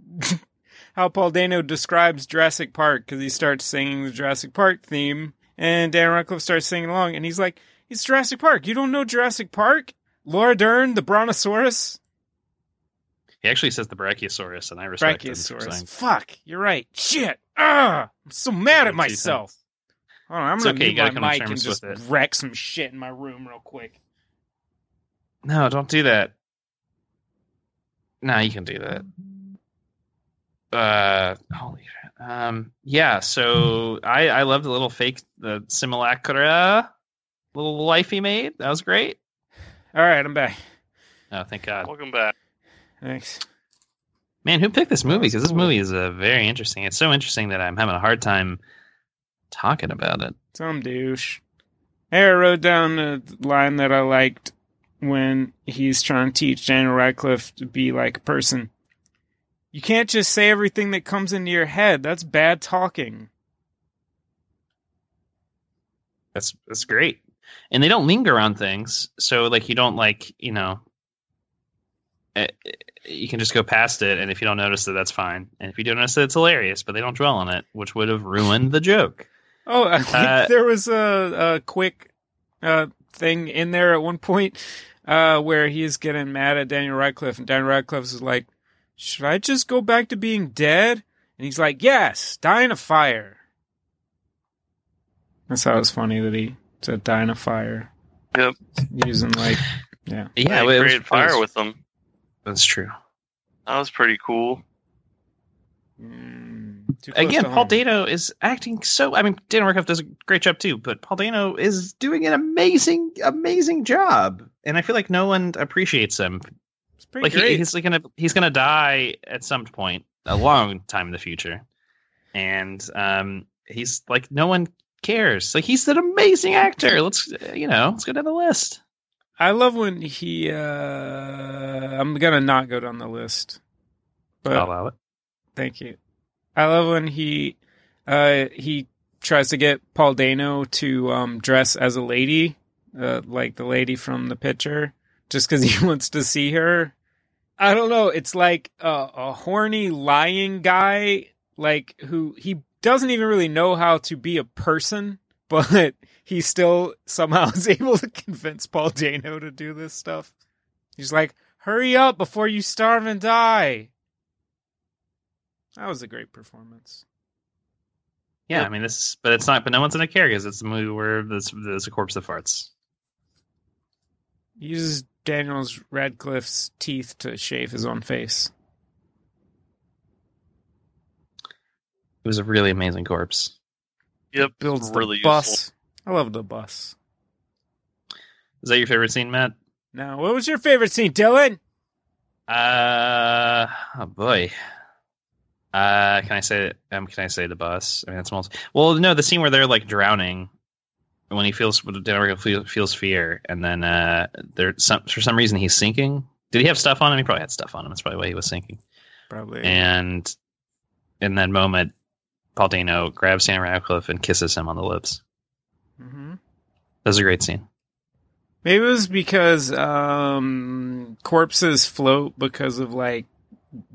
Speaker 3: how Paul Dano describes Jurassic Park because he starts singing the Jurassic Park theme and Dan Radcliffe starts singing along and he's like, "It's Jurassic Park. You don't know Jurassic Park? Laura Dern, the Brontosaurus,
Speaker 1: He actually says the Brachiosaurus, and I respect him for saying-
Speaker 3: Brachiosaurus. Fuck, you're right. Shit. Ah, I'm so mad at
Speaker 1: Two
Speaker 3: myself.
Speaker 1: cents.
Speaker 3: Hold on, I'm
Speaker 1: It's
Speaker 3: gonna
Speaker 1: okay, you
Speaker 3: mute
Speaker 1: gotta come to
Speaker 3: my mic and
Speaker 1: terms with
Speaker 3: just wreck some shit in my room real quick.
Speaker 1: No, don't do that. No, you can do that. Uh, holy. shit. Um, yeah. So I I loved the little fake the simulacra, little life he made. That was great.
Speaker 3: All right, I'm back.
Speaker 1: Oh, thank God,
Speaker 2: Welcome back.
Speaker 3: Thanks.
Speaker 1: man! Who picked this movie?
Speaker 3: was
Speaker 1: Because this
Speaker 3: cool.
Speaker 1: movie is uh, very interesting. It's so interesting that I'm having a hard time talking about it.
Speaker 3: Some douche. Hey, I wrote down a line that I liked when he's trying to teach Daniel Radcliffe to be like a person. You can't just say everything that comes into your head. That's bad talking.
Speaker 1: That's that's great. And they don't linger on things, so like you don't like you know, eh, eh, you can just go past it, and if you don't notice it, that's fine. And if you do notice it, it's hilarious. But they don't dwell on it, which would have ruined the joke.
Speaker 3: Oh, I think
Speaker 1: Uh,
Speaker 3: there was a, a quick uh, thing in there at one point uh, where he's getting mad at Daniel Radcliffe, and Daniel Radcliffe is like, "Should I just go back to being dead?" And he's like, "Yes, die in a fire." That's how it's funny that he said "die in a fire."
Speaker 2: Yep.
Speaker 3: Using like
Speaker 1: Yeah,
Speaker 2: I
Speaker 1: it was-
Speaker 2: created fire
Speaker 1: it was-
Speaker 2: with them.
Speaker 1: That's true.
Speaker 2: That was pretty cool.
Speaker 3: mm, too close
Speaker 1: Again,
Speaker 3: to
Speaker 1: Paul
Speaker 3: home.
Speaker 1: Dano is acting so. I mean, Dan Radcliffe does a great job too, but Paul Dano is doing an amazing, amazing job, and I feel like no one appreciates him
Speaker 3: It's pretty
Speaker 1: like
Speaker 3: great.
Speaker 1: He, he's like gonna he's gonna die at some point a long time in the future and um he's like no one cares like he's an amazing actor let's uh, you know let's go down the list
Speaker 3: I love when he. uh I'm gonna not go down the list, but
Speaker 1: I'll allow it.
Speaker 3: Thank you. I love when he uh he tries to get Paul Dano to um dress as a lady, uh, like the lady from the picture, just cuz he wants to see her. I don't know, it's like a, a horny lying guy like who he doesn't even really know how to be a person, but he still somehow is able to convince Paul Dano to do this stuff. He's like, "Hurry up before you starve and die." That was a great performance.
Speaker 1: yeah i mean this is but it's not but no one's gonna care because it's a movie where there's, there's a corpse of farts
Speaker 3: He uses Daniel's Radcliffe's teeth to shave his own face.
Speaker 1: it was a really amazing corpse
Speaker 2: Yep.
Speaker 3: Builds the
Speaker 2: really useful.
Speaker 3: bus. I love the bus.
Speaker 1: is that your favorite scene matt
Speaker 3: Now, what was your favorite scene, Dylan?
Speaker 1: uh oh boy uh can i say um can i say the bus i mean that's multi- well no the scene where they're like drowning when he feels when Daniel Radcliffe feel- feels fear and then uh there some for some reason he's sinking did he have stuff on him he probably had stuff on him that's probably why he was sinking
Speaker 3: Probably.
Speaker 2: Eh.
Speaker 1: and in that moment paul dano grabs Daniel Radcliffe and kisses him on the lips
Speaker 3: hmm
Speaker 1: that's a great scene
Speaker 3: Maybe it was because um, corpses float because of like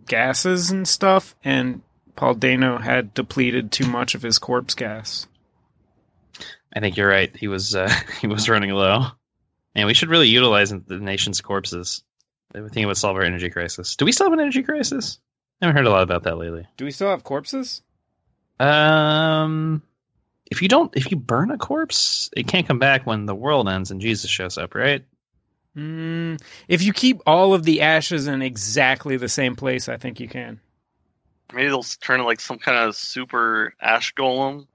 Speaker 3: gases and stuff, and Paul Dano had depleted too much of his corpse gas.
Speaker 1: i think you're right he was uh he was running low and we should really utilize the nation's corpses i think it would solve our energy crisis do we still have an energy crisis i haven't heard a lot about that lately
Speaker 3: Do we still have corpses?
Speaker 1: um if you don't if you burn a corpse, it can't come back when the world ends and Jesus shows up, right?
Speaker 3: Mm, if you keep all of the ashes in exactly the same place, I think you can.
Speaker 2: Maybe they'll s- turn it like some kind of super ash golem.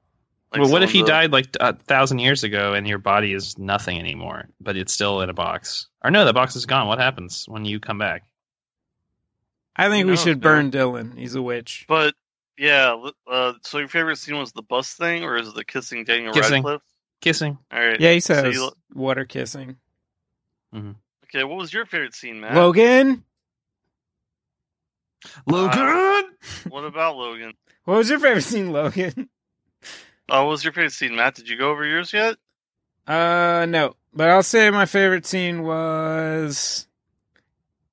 Speaker 2: Like
Speaker 1: well, what
Speaker 2: some
Speaker 1: if
Speaker 2: of
Speaker 1: he
Speaker 2: the-
Speaker 1: died like a thousand years ago and your body is nothing anymore, but it's still in a box? Or no, the box is gone. What happens when you come back?
Speaker 3: I think
Speaker 2: Who
Speaker 3: we
Speaker 2: knows,
Speaker 3: should burn
Speaker 2: man?
Speaker 3: Dylan. He's a witch.
Speaker 2: But yeah, l- uh, so your favorite scene was the bus thing, or is it the kissing Daniel
Speaker 1: Kissing.
Speaker 2: Radcliffe?
Speaker 1: Kissing.
Speaker 2: All right.
Speaker 3: Yeah, he
Speaker 2: so
Speaker 3: says
Speaker 2: you-
Speaker 3: water kissing.
Speaker 2: okay, what was your favorite scene, Matt?
Speaker 3: Logan,
Speaker 1: Logan.
Speaker 2: What about Logan?
Speaker 3: what was your favorite scene, Logan?
Speaker 2: Oh, what was your favorite scene, Matt? Did you go over yours yet?
Speaker 3: Uh, no, but I'll say my favorite scene was,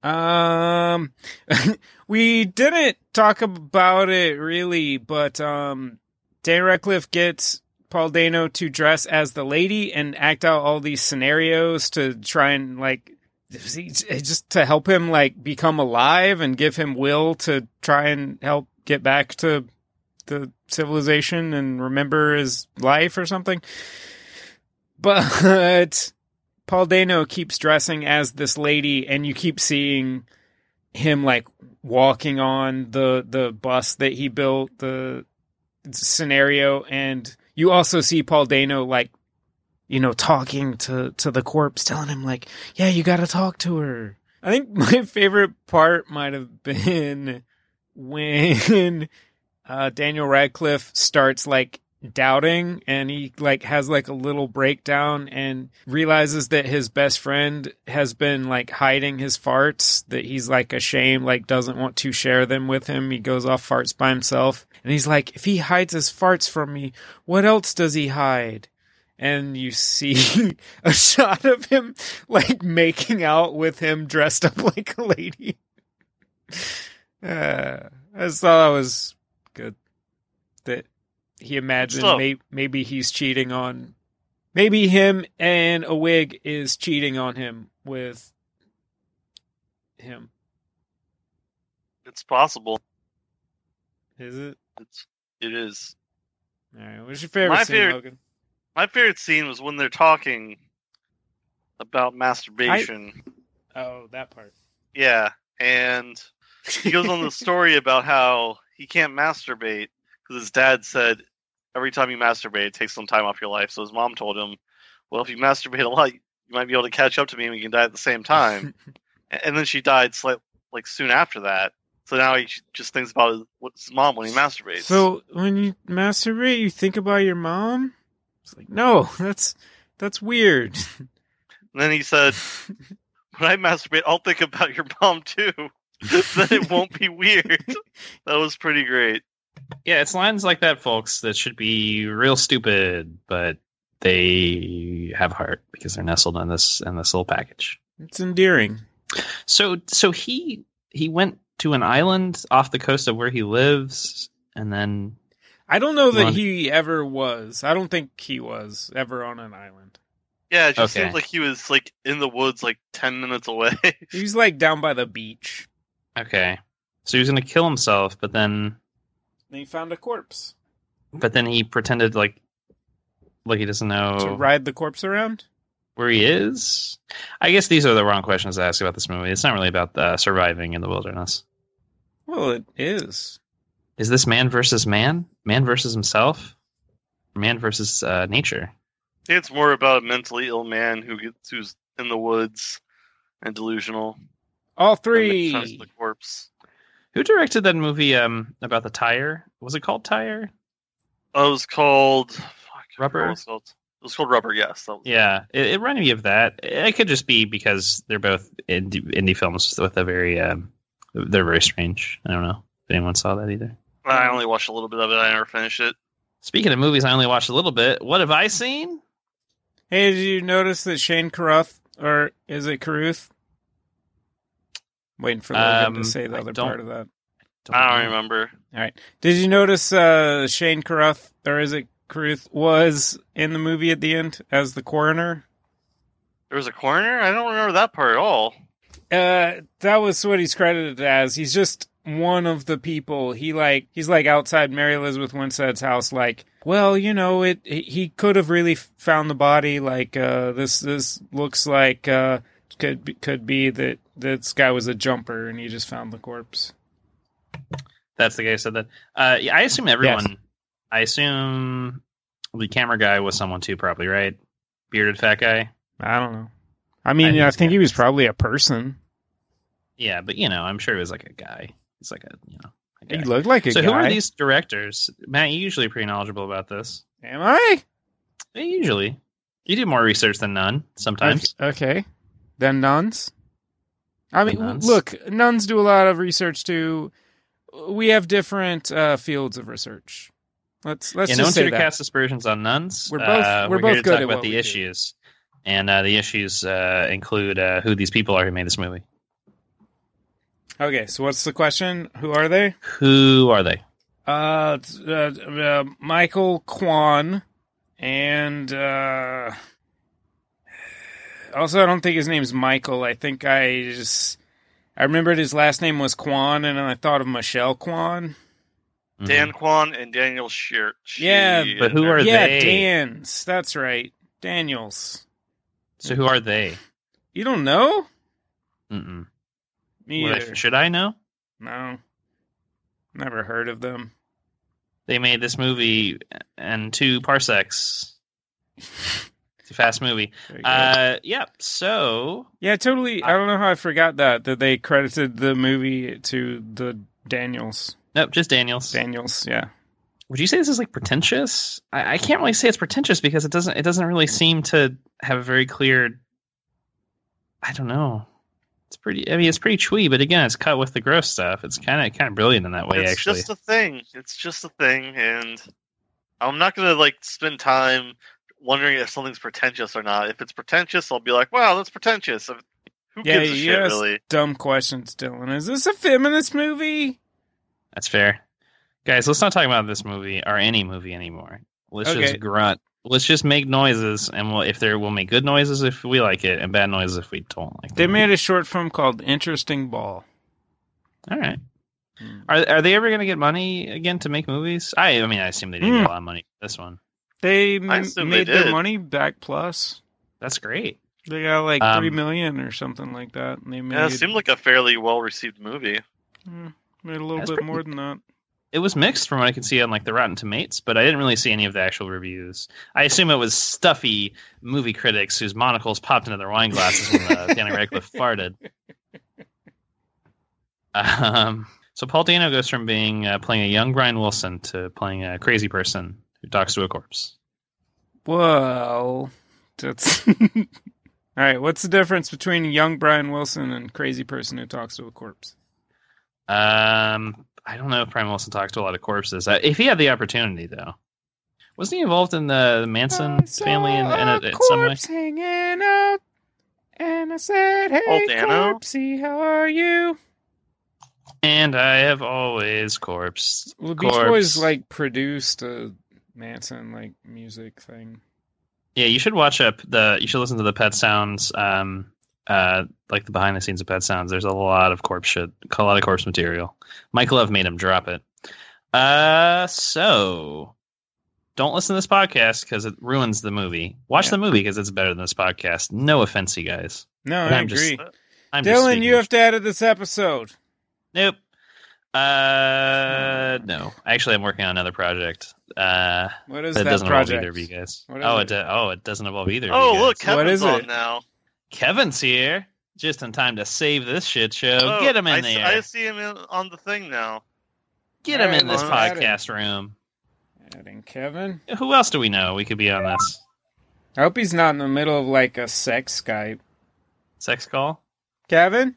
Speaker 3: um, we didn't talk about it really, but um, Dan Radcliffe gets Paul Dano to dress as the lady and act out all these scenarios to try and like just to help him like become alive and give him will to try and help get back to the civilization and remember his life or something. But Paul Dano keeps dressing as this lady, and you keep seeing him like walking on the the bus that he built, the scenario, and you also see Paul Dano like you know talking to to the corpse, telling him like, "Yeah, you got to talk to her." I think my favorite part might have been when uh, Daniel Radcliffe starts like doubting and he like has like a little breakdown and realizes that his best friend has been like hiding his farts that he's like ashamed like doesn't want to share them with him he goes off farts by himself and he's like if he hides his farts from me what else does he hide and you see a shot of him like making out with him dressed up like a lady uh, i just thought that was good that he imagined
Speaker 2: So-
Speaker 3: may- maybe he's cheating on maybe him and a wig is cheating on him with him
Speaker 2: It's possible.
Speaker 3: is it
Speaker 2: It's it is.
Speaker 3: all right what's your favorite
Speaker 2: My
Speaker 3: scene
Speaker 2: favorite-
Speaker 3: logan
Speaker 2: My favorite scene was when they're talking about masturbation.
Speaker 3: oh that part
Speaker 2: Yeah, and he goes on the story about how he can't masturbate because his dad said every time you masturbate, it takes some time off your life. So his mom told him, "Well, if you masturbate a lot, you might be able to catch up to me, and we can die at the same time." A- and then she died slight, like soon after that. So now he j- just thinks about his, what his mom when he masturbates.
Speaker 3: So when you masturbate, you think about your mom. It's like, no, that's that's weird.
Speaker 2: and then he
Speaker 1: Uh,
Speaker 2: said, "When I masturbate, I'll think about your mom too. then it won't be weird." that was pretty great.
Speaker 1: Yeah, it's lines like that, folks, that should be real stupid, but they have heart because they're nestled in this in this little package.
Speaker 3: It's endearing.
Speaker 1: So so he he went to an island off the coast of where he lives and then
Speaker 3: I don't know that
Speaker 1: Lonnie.
Speaker 3: he ever was. I don't think he was ever on an island.
Speaker 2: Yeah, it just
Speaker 1: Okay.
Speaker 2: seemed like he was like in the woods, like ten minutes away.
Speaker 3: He was like down by the beach.
Speaker 1: okay. So he was going to kill himself, but then
Speaker 3: And he found a corpse
Speaker 1: but then he pretended like like he doesn't know
Speaker 3: to ride the corpse around.
Speaker 1: where he is. I guess these are the wrong questions to ask about this movie. It's not really about uh, surviving in the wilderness.
Speaker 3: Well, it is.
Speaker 1: Is this man versus man? Man versus himself? Man versus uh, nature?
Speaker 2: I think it's more about a mentally ill man who gets who's in the woods and delusional.
Speaker 3: All
Speaker 2: and then finds
Speaker 3: three.
Speaker 2: the corpse.
Speaker 1: Who directed that movie um, about the tire? Was it called Tire?
Speaker 2: Oh, it was called fuck, I forgot what
Speaker 1: Rubber?
Speaker 2: It was called, it was called rubber. Yes, that was
Speaker 1: Yeah, it, it reminded me of that. It could just be because they're both indie, indie films with a very, um, they're very strange. I don't know if anyone saw that either.
Speaker 2: I only watched a little bit of it. I never finished it.
Speaker 1: Speaking of movies, I only watched a little bit. What have I seen?
Speaker 3: Hey, did you notice that Shane Carruth, or is it Carruth? Waiting for Logan
Speaker 1: Um,
Speaker 3: to say the
Speaker 1: I
Speaker 3: other
Speaker 1: don't-
Speaker 3: part of that.
Speaker 2: I don't
Speaker 1: know.
Speaker 2: remember.
Speaker 3: All right. Did you notice uh, Shane Carruth, or is it Carruth, was in the movie at the end as the coroner?
Speaker 2: There was a
Speaker 1: Mm-hmm.
Speaker 2: coroner. I don't remember that part at all.
Speaker 3: Uh, that was what he's credited as. He's just one of the people he like he's like outside Mary Elizabeth Winstead's house like well you know it he could have really found the body like uh this this looks like uh could be, could be that this guy was a jumper and he just found the corpse
Speaker 1: That's the guy who said that. Uh, yeah, I assume everyone. I assume the camera guy was someone too, probably right. Bearded fat guy.
Speaker 3: I don't know I mean I think,
Speaker 1: think it's
Speaker 3: he
Speaker 1: him.
Speaker 3: was probably a person
Speaker 1: Yeah, but you know, I'm sure it was like a guy. He's like a you know. A guy.
Speaker 3: he looked like a
Speaker 1: so
Speaker 3: guy
Speaker 1: who are these directors? Matt, you're usually pretty knowledgeable about this.
Speaker 3: am I
Speaker 1: Eh, Usually, you do more research than none. Sometimes
Speaker 3: Okay. okay. Then nuns. I mean,
Speaker 1: Nuns.
Speaker 3: look, nuns do a lot of research too. We have different uh, fields of research. Let's let's
Speaker 1: yeah, no
Speaker 3: just
Speaker 1: one's
Speaker 3: say
Speaker 1: here to
Speaker 3: that.
Speaker 1: cast aspersions on nuns.
Speaker 3: We're both-
Speaker 1: Uh,
Speaker 3: we're
Speaker 1: here
Speaker 3: both
Speaker 1: to
Speaker 3: good
Speaker 1: talk
Speaker 3: at
Speaker 1: about
Speaker 3: what
Speaker 1: the
Speaker 3: we do.
Speaker 1: issues, and uh, the issues uh, include uh, who these people are who made this movie.
Speaker 3: Okay, so what's the question? Who are they?
Speaker 1: Who are they?
Speaker 3: Uh, it's, uh, uh Michael Kwan, and uh, also I don't think his name's Michael. I think I just I remembered his last name was Kwan, and I thought of Michelle Kwan.
Speaker 1: Mhm.
Speaker 2: Dan Kwan and Daniel Shear.
Speaker 3: Yeah,
Speaker 1: But who are
Speaker 3: yeah,
Speaker 1: they?
Speaker 3: Dan's. That's right. Daniels.
Speaker 1: So who are they?
Speaker 3: You don't know?
Speaker 1: Mm-mm.
Speaker 3: Me
Speaker 1: Would I-
Speaker 3: either.
Speaker 1: should I know?
Speaker 3: No. Never heard of them.
Speaker 1: They made this movie and two parsecs. It's a fast movie.
Speaker 3: Very good.
Speaker 1: Uh, yep. So
Speaker 3: yeah, totally. I don't know how I forgot that, that they credited the movie to the Daniels.
Speaker 1: nope, just Daniels.
Speaker 3: Daniels, yeah.
Speaker 1: Would you say this is like pretentious? I, I can't really say it's pretentious because it doesn't. It doesn't really seem to have a very clear. I don't know. It's pretty. I mean, it's pretty twee, but again, it's cut with the gross stuff. It's kind of kind of brilliant in that way,
Speaker 2: it's
Speaker 1: actually.
Speaker 2: just a thing. It's just a thing, and I'm not gonna like spend time wondering if something's pretentious or not. If it's pretentious, I'll be like, "Wow, that's pretentious." If- Who
Speaker 3: Yeah,
Speaker 2: gives a
Speaker 3: you
Speaker 2: shit,
Speaker 3: asked
Speaker 2: really?
Speaker 3: dumb questions, Dylan. Is this a feminist movie?
Speaker 1: That's fair, guys. Let's not talk about this movie or any movie anymore. Let's
Speaker 3: Okay.
Speaker 1: just grunt. Let's just make noises, and we'll, if there, we'll make good noises if we like it, and bad noises if we don't like.
Speaker 3: They
Speaker 1: them.
Speaker 3: made a short film called Interesting Ball.
Speaker 1: All right.
Speaker 3: Hmm.
Speaker 1: Are are they ever going to get money again to make movies? I I mean, I assume they didn't
Speaker 3: Hmm.
Speaker 1: get a lot of money. for This one.
Speaker 3: They m-
Speaker 2: I assume they
Speaker 3: made their
Speaker 2: did.
Speaker 3: money back plus.
Speaker 1: That's great.
Speaker 3: They got like
Speaker 1: Um,
Speaker 3: three million or something like that. And they made
Speaker 2: Yeah, it seemed like a fairly well-received movie.
Speaker 3: Mm, made a little
Speaker 1: That's
Speaker 3: bit
Speaker 1: pretty-
Speaker 3: more than that.
Speaker 1: It was mixed from what I could see on like the Rotten Tomatoes, but I didn't really see any of the actual reviews. I assume it was stuffy movie critics whose monocles popped into their wine glasses when uh, Danny Radcliffe farted. Um, so Paul Dano goes from being uh, playing a young Brian Wilson to playing a crazy person who talks to a corpse.
Speaker 3: Well, that's all right. What's the difference between young Brian Wilson and crazy person who talks to a corpse?
Speaker 1: Um, I don't know if Brian Wilson talks to a lot of corpses. Uh, if he had the opportunity, though, wasn't he involved in the, the Manson family in, in, a, in some way?
Speaker 3: hanging out, and I said,
Speaker 2: "Hey, Dano?
Speaker 3: corpsey, how are you?"
Speaker 1: And I have always corpse.
Speaker 3: Well, Beach
Speaker 1: corpse.
Speaker 3: Boys like produced a Manson like music thing.
Speaker 1: yeah, you should watch up the. You should listen to the Pet Sounds. Um, uh, like the behind the scenes of Pet Sounds. There's a lot of corpse shit. A lot of corpse material. Mike Love made him drop it. Uh, so don't listen to this podcast because it ruins the movie. Watch
Speaker 3: Yeah.
Speaker 1: the movie because it's better than this podcast. No offense, you guys.
Speaker 3: No,
Speaker 1: But
Speaker 3: I
Speaker 1: I'm just-
Speaker 3: agree.
Speaker 1: I'm just
Speaker 3: Dylan,
Speaker 1: speaking
Speaker 3: you have to edit this episode.
Speaker 1: Nope. Uh, no. Actually, I'm working on another project. Uh,
Speaker 3: What is
Speaker 1: but it
Speaker 3: that
Speaker 1: doesn't
Speaker 3: project?
Speaker 1: involve either of you guys.
Speaker 3: What
Speaker 1: oh,
Speaker 3: is
Speaker 1: it,
Speaker 3: it?
Speaker 1: do- oh, it doesn't involve either.
Speaker 2: Oh,
Speaker 1: of you
Speaker 2: look,
Speaker 1: guys.
Speaker 2: Kevin's
Speaker 3: What is
Speaker 2: on
Speaker 3: it?
Speaker 2: now.
Speaker 1: Kevin's here just in time to save this shit show.
Speaker 2: Oh,
Speaker 1: Get him in
Speaker 2: I, s-
Speaker 1: there.
Speaker 2: I see him in, on the thing now.
Speaker 1: Get him
Speaker 3: Alright,
Speaker 1: in this
Speaker 2: let's
Speaker 3: add him.
Speaker 1: podcast room.
Speaker 3: Adding Kevin.
Speaker 1: Who else do we know? We could be on this
Speaker 3: I hope he's not in the middle of like a sex Skype.
Speaker 1: sex call.
Speaker 3: Kevin?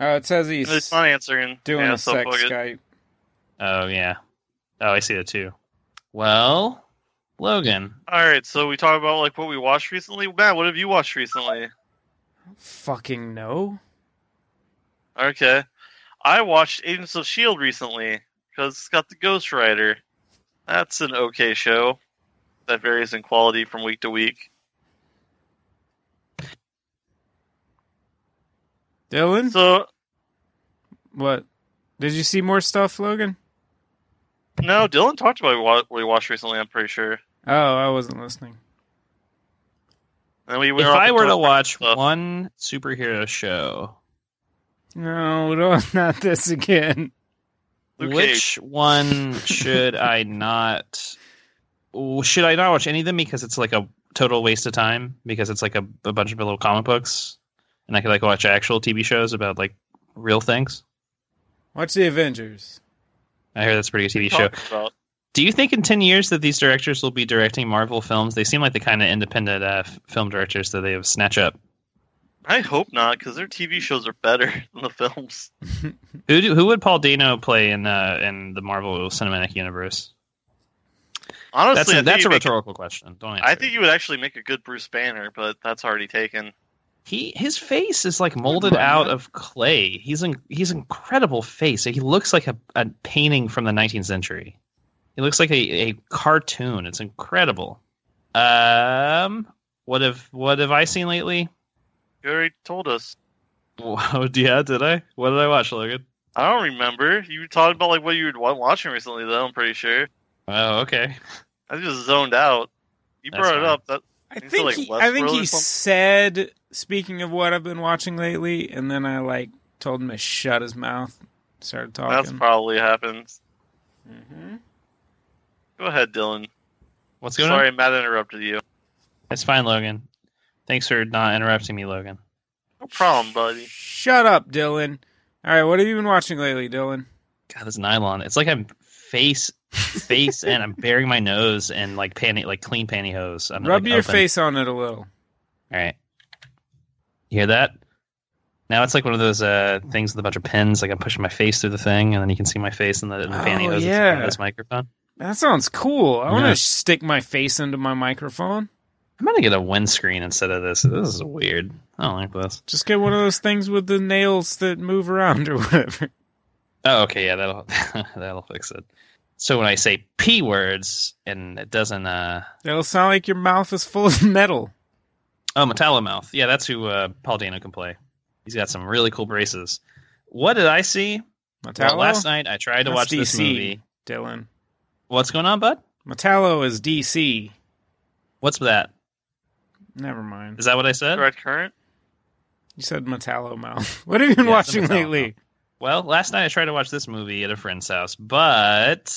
Speaker 3: Oh, it says he's
Speaker 2: It's not answering.
Speaker 3: doing
Speaker 2: yeah,
Speaker 3: a
Speaker 2: so
Speaker 3: sex
Speaker 2: fuck it.
Speaker 3: Skype.
Speaker 1: Oh yeah. Oh, I see that too. Well, Logan,
Speaker 2: All right, so we talked about like what we watched recently. Matt, what have you watched recently?
Speaker 3: Fucking no.
Speaker 2: Okay. I watched Agents of S.H.I.E.L.D. recently because it's got the Ghost Rider. That's an okay show that varies in quality from week to week.
Speaker 3: Dylan,
Speaker 2: So
Speaker 3: what? Did you see more stuff, Logan?
Speaker 2: no, Dylan talked about what we watched recently. I'm pretty sure.
Speaker 3: Oh, I wasn't listening.
Speaker 2: And we
Speaker 1: If
Speaker 2: went off
Speaker 1: I
Speaker 2: and
Speaker 1: were to
Speaker 2: talked-
Speaker 1: watch
Speaker 2: stuff.
Speaker 1: one superhero show,
Speaker 3: No, no, not this again.
Speaker 2: Luke Cage.
Speaker 1: which one should I not? w- Should I not watch any of them because it's like a total waste of time? Because it's like a, a bunch of little comic books, and I could like watch actual TV shows about like real things.
Speaker 3: Watch the Avengers.
Speaker 1: I hear that's a pretty good TV show.
Speaker 2: Talked about.
Speaker 1: Do you think in ten years that these directors will be directing Marvel films? They seem like the kind of independent uh, f- film directors that they have snatch up.
Speaker 2: I hope not, because their TV shows are better than the films.
Speaker 1: Who do, who would Paul Dano play in uh, in the Marvel Cinematic Universe? That's
Speaker 2: Honestly,
Speaker 1: a,
Speaker 2: I think
Speaker 1: that's a
Speaker 2: you'd make
Speaker 1: rhetorical question. Don't answer.
Speaker 2: I think you would actually make a good Bruce Banner, but that's already taken.
Speaker 1: he his face is like molded
Speaker 3: Wouldn't mind
Speaker 1: out
Speaker 3: that.
Speaker 1: of clay. He's in, he's an incredible face. He looks like a, a painting from the 19th century. He looks like a, a cartoon. It's incredible. Um, what have what have I seen lately?
Speaker 2: You already told us.
Speaker 1: Oh yeah, did I? What did I watch, Logan?
Speaker 2: I don't remember. You talked about like what you were watching recently, though. I'm pretty sure.
Speaker 1: Oh okay.
Speaker 2: I just zoned out. You
Speaker 1: That's
Speaker 2: brought it
Speaker 1: fine.
Speaker 2: up. That
Speaker 3: I
Speaker 2: Is it
Speaker 3: think
Speaker 2: like
Speaker 3: he, I think
Speaker 2: Westworld
Speaker 3: he
Speaker 2: or something?
Speaker 3: said. Speaking of what I've been watching lately, and then I like told him to shut his mouth. Started talking.
Speaker 2: that's probably happens.
Speaker 3: Mhm.
Speaker 2: Go ahead, Dylan.
Speaker 1: What's going
Speaker 2: Sorry,
Speaker 1: on?
Speaker 2: Matt interrupted you.
Speaker 1: It's fine, Logan. Thanks for not interrupting me, Logan.
Speaker 2: No problem, buddy.
Speaker 3: Shut up, Dylan. All right, what have you been watching lately, Dylan?
Speaker 1: God, this nylon. It's like I'm face face and I'm burying my nose in like panty like clean pantyhose. I'm
Speaker 3: Rub
Speaker 1: like,
Speaker 3: your
Speaker 1: open.
Speaker 3: face on it a little.
Speaker 1: All right. You hear that? Now it's like one of those uh, things with a bunch of pins. Like I'm pushing my face through the thing, and then you can see my face in the, in the
Speaker 3: Oh,
Speaker 1: pantyhose that's in
Speaker 3: yeah.
Speaker 1: front of this microphone.
Speaker 3: That sounds cool. I want to
Speaker 1: Yeah.
Speaker 3: stick my face into my microphone.
Speaker 1: I'm gonna get a windscreen instead of this. This is weird. I don't like this.
Speaker 3: Just get one of those things with the nails that move around or whatever.
Speaker 1: Oh, okay, yeah, that'll that'll fix it. So when I say p words and it doesn't, uh,
Speaker 3: That'll sound like your mouth is full of metal.
Speaker 1: oh, Metalomouth. Yeah, that's who uh, Paul Dano can play. He's got some really cool braces. What did I see? Well,
Speaker 3: Metallo,
Speaker 1: last night I tried to
Speaker 3: That's
Speaker 1: watch this
Speaker 3: DC.
Speaker 1: movie.
Speaker 3: Dylan.
Speaker 1: What's going on, bud?
Speaker 3: Metallo is DC.
Speaker 1: What's that?
Speaker 3: Never mind.
Speaker 1: Is that what I said?
Speaker 2: Red Current.
Speaker 3: You said Metallo mouth. What have you been
Speaker 1: Yeah, it's a
Speaker 3: watching
Speaker 1: Metallo
Speaker 3: lately?
Speaker 1: Well, last night I tried to watch this movie at a friend's house, but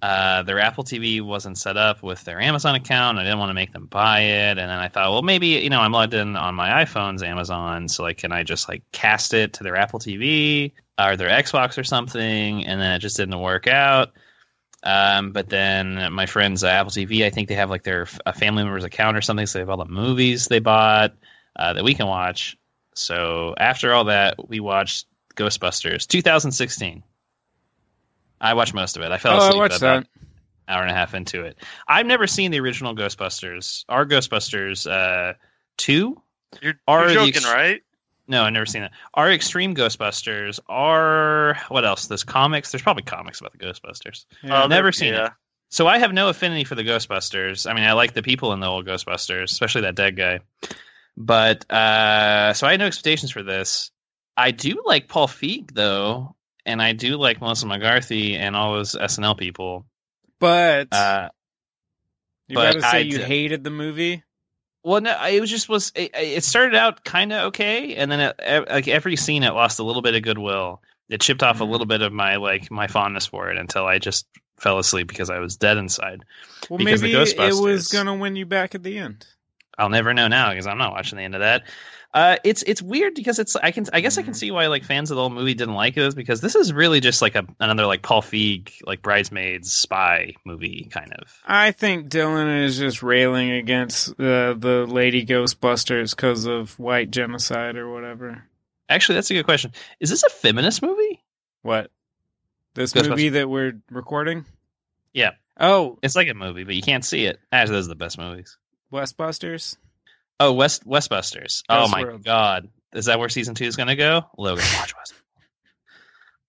Speaker 1: uh, their Apple TV wasn't set up with their Amazon account. I didn't want to make them buy it, and then I thought, well, maybe you know I'm logged in on my iPhone's Amazon, so like, can I just like cast it to their Apple TV or their Xbox or something? And then it just didn't work out. Um, but then my friend's uh, Apple TV, I think they have like their f- a family member's account or something, so they have all the movies they bought uh, that we can watch. So after all that, we watched Ghostbusters 2016. I watched most of it. I fell
Speaker 3: Oh,
Speaker 1: asleep
Speaker 3: I watched
Speaker 1: about
Speaker 3: that.
Speaker 1: an hour and a half into it. I've never seen the original Ghostbusters. Our Ghostbusters uh, 2?
Speaker 2: You're,
Speaker 1: Are
Speaker 2: you're
Speaker 1: the
Speaker 2: joking,
Speaker 1: ex-
Speaker 2: right?
Speaker 1: No, I've never seen that. Our Extreme Ghostbusters are. What else? There's comics. There's probably comics about the Ghostbusters.
Speaker 3: Yeah.
Speaker 2: Uh,
Speaker 1: Never
Speaker 2: there-
Speaker 1: seen
Speaker 2: yeah.
Speaker 1: So I have no affinity for the Ghostbusters. I mean, I like the people in the old Ghostbusters, especially that dead guy. But uh, so I had no expectations for this. I do like Paul Feig though, and I do like Melissa McCarthy and all those SNL people.
Speaker 3: But
Speaker 1: Uh,
Speaker 3: you
Speaker 1: but
Speaker 3: better say
Speaker 1: I
Speaker 3: you
Speaker 1: did-
Speaker 3: hated the movie.
Speaker 1: well, no, I- it was just was it, it started out kind of okay, and then it, ev- like every scene, it lost a little bit of goodwill. It chipped off a little bit of my like my fondness for it until I just fell asleep because I was dead inside.
Speaker 3: Well,
Speaker 1: Because the
Speaker 3: maybe it was
Speaker 1: Ghostbusters-
Speaker 3: gonna win you back at the end.
Speaker 1: I'll never know now because I'm not watching the end of that. Uh, it's it's weird because it's I can I guess I can
Speaker 3: Mhm.
Speaker 1: see why like fans of the old movie didn't like this because this is really just like a another like Paul Feig like bridesmaids spy movie kind of.
Speaker 3: I think Dylan is just railing against uh, the Lady Ghostbusters because of white genocide or whatever.
Speaker 1: Actually, that's a good question. Is this a feminist movie?
Speaker 3: What? This
Speaker 1: Ghostbusters.
Speaker 3: movie that we're recording?
Speaker 1: Yeah.
Speaker 3: Oh,
Speaker 1: It's like a movie, but you can't see it. Actually, those are the best movies.
Speaker 3: Westbusters?
Speaker 1: Oh, West Westbusters. Oh my
Speaker 3: Westworld.
Speaker 1: god, is that where season two is going to go? Logan, watch West.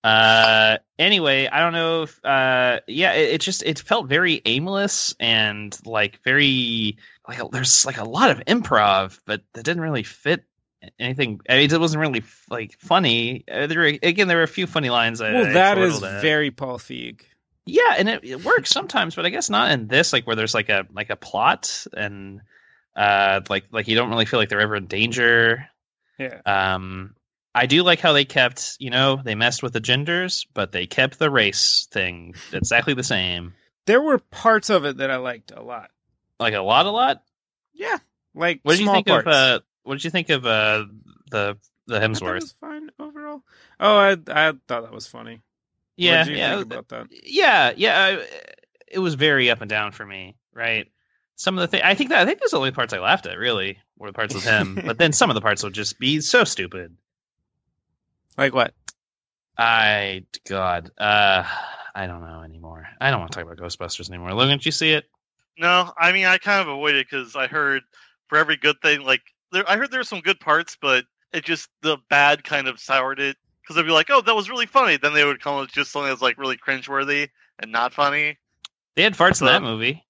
Speaker 1: Uh, anyway, I don't know if uh, yeah, it, it just it felt very aimless and like very like there's like a lot of improv, but that didn't really fit anything. I mean, it wasn't really like funny. Uh, There were, again, there were a few funny lines. I,
Speaker 3: well,
Speaker 1: I
Speaker 3: that is
Speaker 1: chortled at.
Speaker 3: very Paul Feig.
Speaker 1: yeah, and it, it works sometimes, but I guess not in this. Like where there's like a like a plot and uh like like you don't really feel like they're ever in danger.
Speaker 3: Yeah.
Speaker 1: Um, I do like how they kept you know they messed with the genders, but they kept the race thing exactly the same.
Speaker 3: There were parts of it that I liked a lot.
Speaker 1: Like a lot, a lot.
Speaker 3: Yeah. Like
Speaker 1: What did you
Speaker 3: small
Speaker 1: think
Speaker 3: parts.
Speaker 1: of? Uh, what did you think of uh the the
Speaker 3: I thought it
Speaker 1: Hemsworth?
Speaker 3: was fine overall. Oh, I I thought that was funny.
Speaker 1: yeah,
Speaker 3: what did you
Speaker 1: yeah.
Speaker 3: think about that?
Speaker 1: yeah yeah I, it was very up and down for me right some of the things i think that i think those are the only parts i laughed at really were the parts with him but then some of the parts will just be so stupid
Speaker 3: Like what?
Speaker 1: i god uh i don't know anymore i don't want to talk about ghostbusters anymore logan did you see it
Speaker 2: No, I mean I kind of avoided because I heard for every good thing, like there, I heard there were some good parts, but it just the bad kind of soured it. Because they'd be like, "Oh, that was really funny," then they would come with just something that's like really cringeworthy and not funny.
Speaker 1: they had farts in
Speaker 2: Uh,
Speaker 1: that movie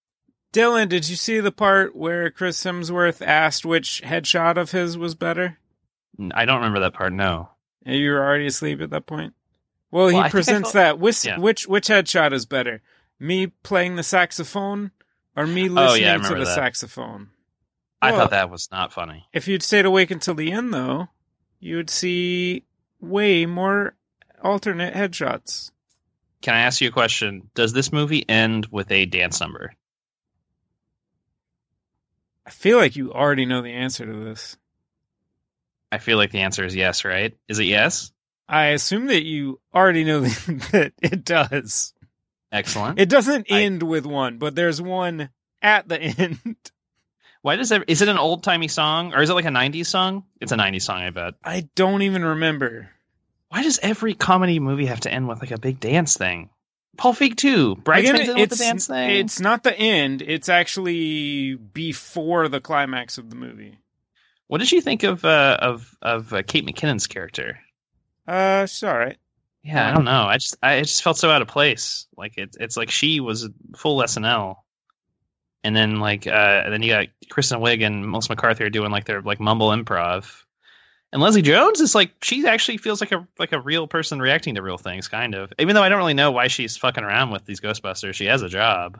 Speaker 3: Dylan, did you see the part where Chris Hemsworth asked which headshot of his was better?
Speaker 1: N- i don't remember that part no
Speaker 3: And you were already asleep at that point. Well,
Speaker 1: Well, I
Speaker 3: he
Speaker 1: think I
Speaker 3: presents
Speaker 1: thought-
Speaker 3: that. Which,
Speaker 1: Yeah.
Speaker 3: which which headshot is better? Me playing the saxophone or me
Speaker 1: Oh, yeah, I
Speaker 3: listening to
Speaker 1: remember
Speaker 3: the
Speaker 1: that.
Speaker 3: saxophone?
Speaker 1: i
Speaker 3: Well,
Speaker 1: thought that was not funny
Speaker 3: If you'd stayed awake until the end, though, you would see way more alternate headshots.
Speaker 1: can i ask you a question does this movie end with a dance number
Speaker 3: I feel like you already know the answer to this.
Speaker 1: i feel like the answer is yes right is it yes
Speaker 3: I assume that you already know that it does.
Speaker 1: excellent
Speaker 3: It doesn't
Speaker 1: I-
Speaker 3: end with one, but there's one at the end.
Speaker 1: Why does it? Is it an old timey song or is it like a '90s song? It's a '90s song, I bet.
Speaker 3: I don't even remember.
Speaker 1: Why does every comedy movie have to end with like a big dance thing? Paul Feig too. Bright
Speaker 3: Again,
Speaker 1: ends it with a dance thing.
Speaker 3: it's not the end. It's actually before the climax of the movie.
Speaker 1: What did you think of uh, of of uh, Kate McKinnon's character?
Speaker 3: Uh, it's all right.
Speaker 1: Yeah, I don't know. I just I it just felt so out of place. Like it's it's like she was full SNL, and then like uh and then you got Kristen Wiig and Melissa McCarthy are doing like their like mumble improv, and Leslie Jones is like she actually feels like a like a real person reacting to real things, kind of. Even though I don't really know why she's fucking around with these Ghostbusters, she has a job.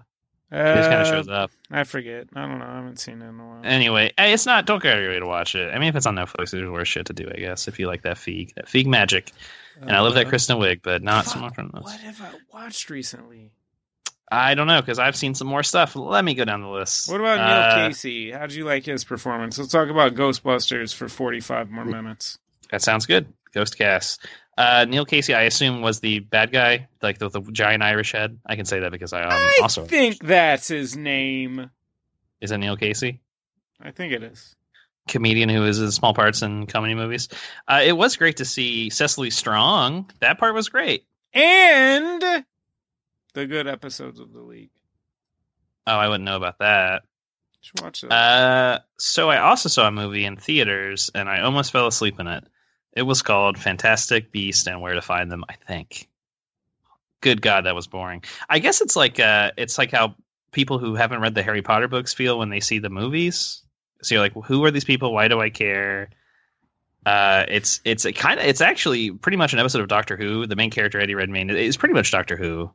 Speaker 1: She just kind
Speaker 3: Uh,
Speaker 1: of shows up.
Speaker 3: I forget. I don't know. I haven't seen it in a while.
Speaker 1: Anyway, hey, it's not. Don't go out of your way to watch it. I mean, if it's on Netflix, there's worse shit to do, I guess. If you like that Feig, that Feig magic, and I love that
Speaker 3: Uh,
Speaker 1: Kristen Wiig, but not so
Speaker 3: fuck,
Speaker 1: much from this.
Speaker 3: Uh, What have I watched recently?
Speaker 1: I don't know because I've seen some more stuff. Let me go down the list.
Speaker 3: What about
Speaker 1: Uh,
Speaker 3: Neil Casey? How would you like his performance? Let's talk about Ghostbusters for 45 more minutes.
Speaker 1: That sounds good. Ghost Gas. Uh, Neil Casey, I assume, was the bad guy, like the, the giant Irish head. I can say that because I um,
Speaker 3: I
Speaker 1: also
Speaker 3: think that's his name.
Speaker 1: is it Neil Casey,
Speaker 3: I think it is.
Speaker 1: comedian who is in small parts in comedy movies. Uh, it was great to see Cecily Strong. That part was great.
Speaker 3: And the good episodes of the league.
Speaker 1: Oh, I wouldn't know about that.
Speaker 3: Just watch those.
Speaker 1: Uh, so I also saw a movie in theaters, and I almost fell asleep in it. It was called Fantastic Beast and Where to Find Them. I think. Good God, that was boring. I guess it's like uh, it's like how people who haven't read the Harry Potter books feel when they see the movies. So you're like, who are these people? Why do I care? Uh, it's it's a kind of it's actually pretty much an episode of Doctor Who. The main character Eddie Redmayne is pretty much Doctor Who.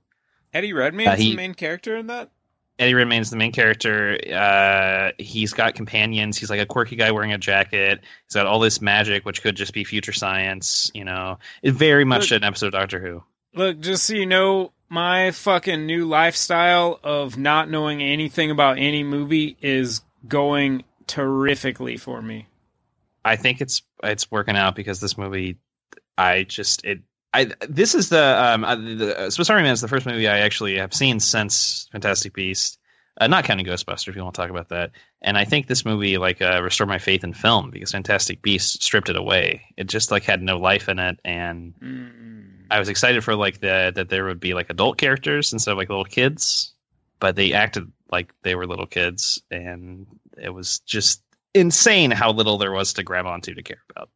Speaker 3: Eddie Redmayne's
Speaker 1: uh, he-
Speaker 3: the main character in that?
Speaker 1: Eddie Redmayne's the main character. Uh, he's got companions. He's like a quirky guy wearing a jacket. He's got all this magic, which could just be future science. You know, it's very much
Speaker 3: Look-
Speaker 1: an episode of Doctor Who.
Speaker 3: Look, just so you know, my fucking new lifestyle of not knowing anything about any movie is going terrifically for me.
Speaker 1: I think it's it's working out because this movie, I just it. I this is the um uh, the uh, Swiss Army Man is the first movie I actually have seen since Fantastic Beast, uh, not counting Ghostbusters. If you want to talk about that, and I think this movie like uh, restored my faith in film because Fantastic Beast stripped it away. It just like had no life in it and.
Speaker 3: Mm.
Speaker 1: I was excited for like the that there would be like adult characters instead of like little kids, but they acted like they were little kids, and it was just insane how little there was to grab onto to care about.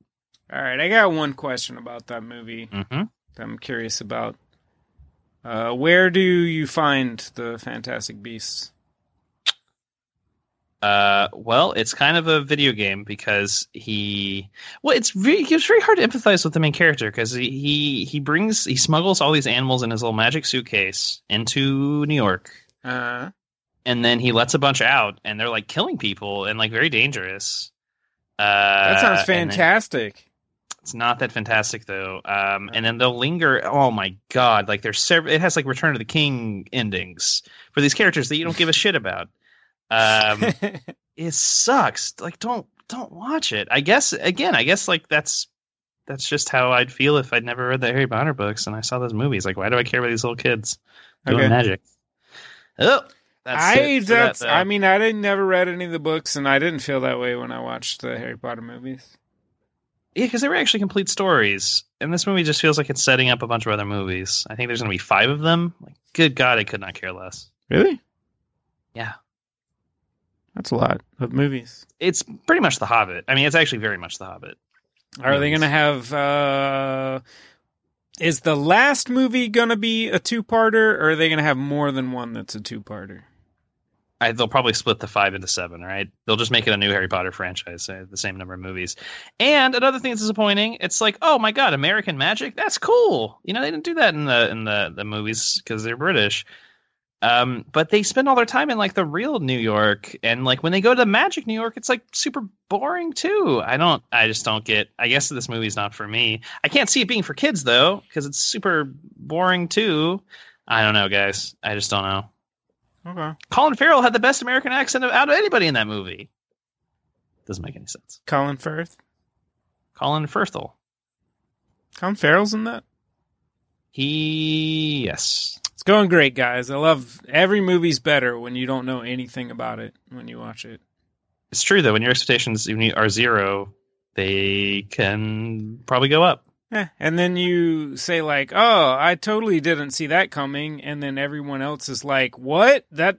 Speaker 3: All right, I got one question about that movie
Speaker 1: Mm-hmm.
Speaker 3: that I'm curious about. Uh, where do you find the Fantastic Beasts?
Speaker 1: Uh, well, it's kind of a video game because he, well, it's really it's very hard to empathize with the main character because he, he he brings he smuggles all these animals in his little magic suitcase into New York,
Speaker 3: Uh,
Speaker 1: and then he lets a bunch out, and they're like killing people and like very dangerous. Uh,
Speaker 3: that sounds
Speaker 1: and then-
Speaker 3: fantastic.
Speaker 1: it's not that fantastic though. Um, and then they'll linger. Oh my god! Like there's several. It has like Return of the King endings for these characters that you don't give a shit about. Um, it sucks. Like don't don't watch it. I guess again. I guess like that's that's just how I'd feel if I'd never read the Harry Potter books and I saw those movies. Like why do I care about these little kids doing
Speaker 3: Okay.
Speaker 1: magic? Oh, that's
Speaker 3: I
Speaker 1: it for that,
Speaker 3: that's
Speaker 1: though.
Speaker 3: I mean I didn't never read any of the books and I didn't feel that way when I watched the Harry Potter movies.
Speaker 1: Yeah, because they were actually complete stories, and this movie just feels like it's setting up a bunch of other movies. I think there's going to be five of them. Like, good God, I could not care less.
Speaker 3: Really?
Speaker 1: Yeah.
Speaker 3: That's a lot of movies.
Speaker 1: It's pretty much The Hobbit. I mean, it's actually very much The Hobbit.
Speaker 3: Are they
Speaker 1: Movies.
Speaker 3: going to have uh is the last movie going to be a two-parter or are they going to have more than one that's a two-parter?
Speaker 1: I, they'll probably split the five into seven, right? They'll just make it a new Harry Potter franchise, so the same number of movies. And another thing that's disappointing, it's like, oh my God, American Magic, that's cool. You know, they didn't do that in the in the the movies because they're British. Um, but they spend all their time in like the real New York, and like when they go to Magic New York, it's like super boring too. I don't, I just don't get. I guess this movie's not for me. I can't see it being for kids though, because it's super boring too. I don't know, guys. I just don't know.
Speaker 3: Okay.
Speaker 1: Colin Farrell had the best American accent of- out of anybody in that movie. Doesn't make any sense.
Speaker 3: Colin Firth.
Speaker 1: Colin Firthel.
Speaker 3: Colin Farrell's in that.
Speaker 1: He yes.
Speaker 3: It's going great, guys. I love every movie's better when you don't know anything about it when you watch it.
Speaker 1: It's true though. When your expectations even are zero, they can probably go up.
Speaker 3: Eh, And then you say like, "Oh, I totally didn't see that coming," and then everyone else is like, "What? That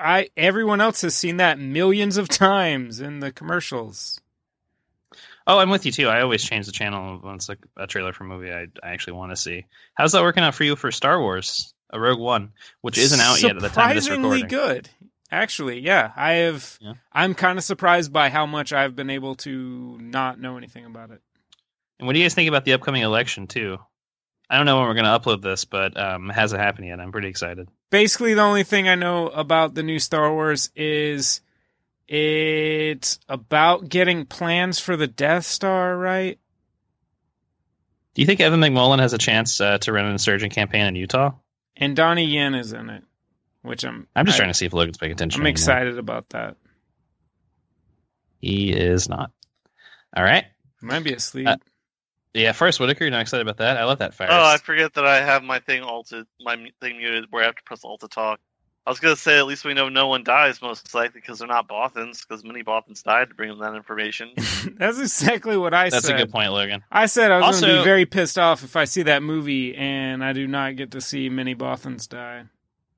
Speaker 3: I everyone else has seen that millions of times in the commercials."
Speaker 1: Oh, I'm with you too. I always change the channel once a, a trailer for a movie I, I actually want to see. How's that working out for you for Star Wars, a Rogue One, which isn't out yet at the time of this
Speaker 3: Surprisingly
Speaker 1: recording?
Speaker 3: good. Actually, yeah, I have
Speaker 1: Yeah.
Speaker 3: I'm kind of surprised by how much I've been able to not know anything about it.
Speaker 1: And what do you guys think about the upcoming election too? I don't know when we're going to upload this, but um, it hasn't happened yet. I'm pretty excited.
Speaker 3: basically the only thing I know about the new Star Wars is it's about getting plans for the Death Star, right?
Speaker 1: Do you think Evan McMullen has a chance uh, to run an insurgent campaign in Utah?
Speaker 3: And Donnie Yen is in it, which I'm
Speaker 1: I'm just
Speaker 3: I-
Speaker 1: trying to see if Logan's paying attention.
Speaker 3: I'm
Speaker 1: right now.
Speaker 3: excited about that.
Speaker 1: He is not. All right.
Speaker 3: I might be asleep.
Speaker 1: Uh, Yeah, Forrest Whitaker, you're not excited about that? I love that Forrest.
Speaker 2: Oh, I forget that I have my thing alted, my mu- thing muted, where I have to press alt to talk. I was gonna say at least we know no one dies most likely because they're not Bothans because many Bothans died to bring them that information.
Speaker 3: That's exactly what I
Speaker 1: That's
Speaker 3: said.
Speaker 1: a good point, Logan.
Speaker 3: I said I was going to
Speaker 1: Also-
Speaker 3: be very pissed off if I see that movie and I do not get to see Minnie Bothans die.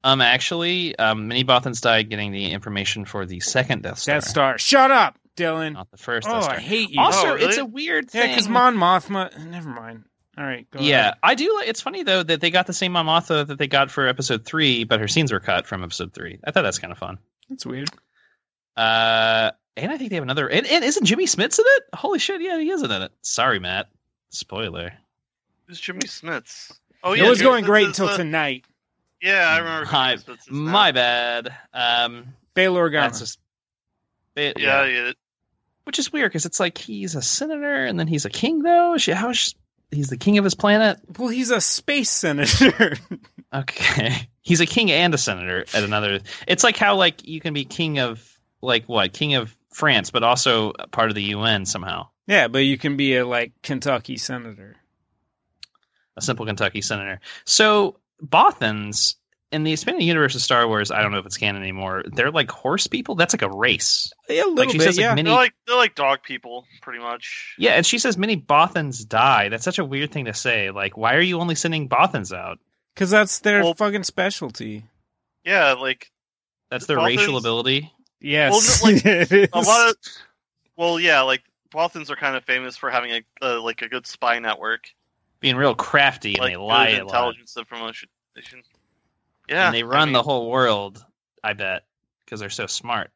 Speaker 1: Um, actually, um, Minnie Bothan's died getting the information for the second Death Star,
Speaker 3: Death Star. Shut up, Dylan.
Speaker 1: not the first
Speaker 3: Oh,
Speaker 1: Death Star.
Speaker 3: I hate you.
Speaker 1: Also,
Speaker 2: Oh, really?
Speaker 1: it's a weird
Speaker 3: yeah,
Speaker 1: thing.
Speaker 3: because Mon Mothma. Never mind. All right. Go
Speaker 1: Yeah,
Speaker 3: ahead.
Speaker 1: I do. li- It's funny though that they got the same Mon Mothma that they got for episode three, but her scenes were cut from episode three. I thought that's kind of fun.
Speaker 3: That's weird.
Speaker 1: Uh, and I think they have another. And, and isn't Jimmy Smits in it? Holy shit! Yeah, he isn't in it. Sorry, Matt. Spoiler.
Speaker 2: Who's Jimmy Smits? Oh
Speaker 3: it was
Speaker 2: Jimmy
Speaker 3: going
Speaker 2: Smits
Speaker 3: great
Speaker 2: is
Speaker 3: until
Speaker 2: the-
Speaker 3: tonight.
Speaker 2: Yeah, I remember. who
Speaker 1: My,
Speaker 2: Jimmy Smits is now.
Speaker 1: my bad. Um,
Speaker 3: Bail Organa.
Speaker 1: that's just. it-
Speaker 2: Yeah,
Speaker 1: yeah.
Speaker 2: yeah.
Speaker 1: which is weird because it's like he's a senator and then he's a king though. She, how is he's the king of his planet?
Speaker 3: well, he's a space senator.
Speaker 1: Okay, he's a king and a senator at another. It's like how like you can be king of like what king of France, but also part of the UN somehow.
Speaker 3: yeah, but you can be a like Kentucky senator.
Speaker 1: a simple Kentucky senator. So Bothans in the expanded universe of Star Wars, I don't know if it's canon anymore. They're like horse people. That's like a race.
Speaker 3: Yeah, a little
Speaker 1: Like she
Speaker 3: bit.
Speaker 1: says, like,
Speaker 3: yeah,
Speaker 1: many.
Speaker 2: They're like they're like dog people, pretty much.
Speaker 1: yeah, and she says many Bothans die. That's such a weird thing to say. Like, why are you only sending Bothans out?
Speaker 3: because that's their
Speaker 2: Well-
Speaker 3: fucking specialty.
Speaker 2: Yeah, like
Speaker 1: That's their
Speaker 2: Bothans-
Speaker 1: racial ability.
Speaker 3: Yes,
Speaker 2: Well, like,
Speaker 3: it is.
Speaker 2: a lot of. Well, yeah, like Bothans are kind of famous for having a uh, like a good spy network,
Speaker 1: Being real crafty and
Speaker 2: like
Speaker 1: they lie
Speaker 2: good
Speaker 1: a lot.
Speaker 2: intelligence and promotion. Yeah,
Speaker 1: And they run
Speaker 2: I mean,
Speaker 1: the whole world, I bet, because they're so smart.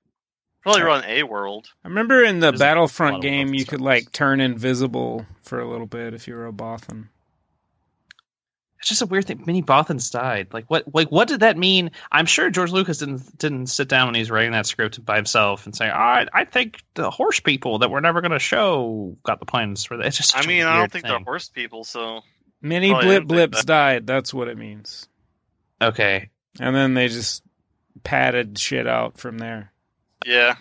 Speaker 2: Probably run a world.
Speaker 3: I remember in the
Speaker 1: There's a lot
Speaker 3: Battlefront
Speaker 1: of
Speaker 3: game,
Speaker 1: weapons
Speaker 3: you
Speaker 1: to
Speaker 3: could
Speaker 1: start
Speaker 3: like
Speaker 1: with.
Speaker 3: turn invisible for a little bit if you were a Bothan.
Speaker 1: It's just a weird thing. Many Bothans died. Like what? Like what did that mean? I'm sure George Lucas didn't didn't sit down when he's writing that script by himself and say, "All right, I think the horse people that we're never going to show got the plans for that." It's just. such
Speaker 2: I
Speaker 1: a
Speaker 2: mean, I don't
Speaker 1: weird
Speaker 2: think
Speaker 1: thing.
Speaker 2: they're horse people, so
Speaker 3: Many
Speaker 2: Oh, yeah,
Speaker 3: blip
Speaker 2: I think
Speaker 3: blips
Speaker 2: that-
Speaker 3: died. That's what it means.
Speaker 1: okay.
Speaker 3: And then they just padded shit out from there.
Speaker 2: yeah.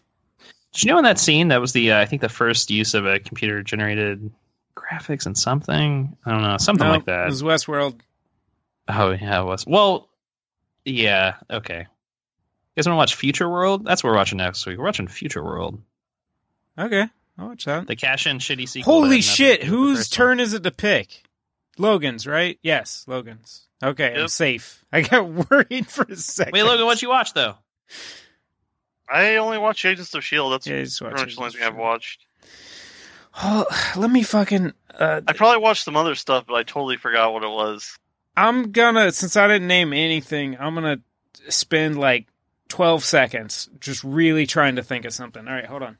Speaker 1: Did you know in that scene that was the uh, I think the first use of a computer generated graphics and something I don't know something
Speaker 3: No,
Speaker 1: like that.
Speaker 3: It was Westworld.
Speaker 1: Oh yeah, it was. Well, yeah, okay. You guys want to watch Future World? That's what we're watching next week. We're watching Future World.
Speaker 3: Okay, I'll watch that.
Speaker 1: The cash in shitty sequel. that had
Speaker 3: Holy
Speaker 1: nothing
Speaker 3: shit!
Speaker 1: to do with the
Speaker 3: Whose
Speaker 1: first
Speaker 3: turn is it to pick? Logan's, right? Yes, Logan's. Okay, I'm
Speaker 2: Yep.
Speaker 3: safe. I got worried for a
Speaker 1: one.
Speaker 3: second.
Speaker 1: Wait, Logan, what'd you watch though?
Speaker 2: I only watch Agents of Shield. That's
Speaker 3: Yeah, just watch
Speaker 2: pretty much the only
Speaker 3: it.
Speaker 1: E
Speaker 2: thing I've watched.
Speaker 3: Oh, let me fucking. Uh,
Speaker 2: I probably watched some other stuff, but I totally forgot what it was.
Speaker 3: I'm gonna since I didn't name anything, I'm gonna spend like 12 seconds just really trying to think of something. All right, hold on.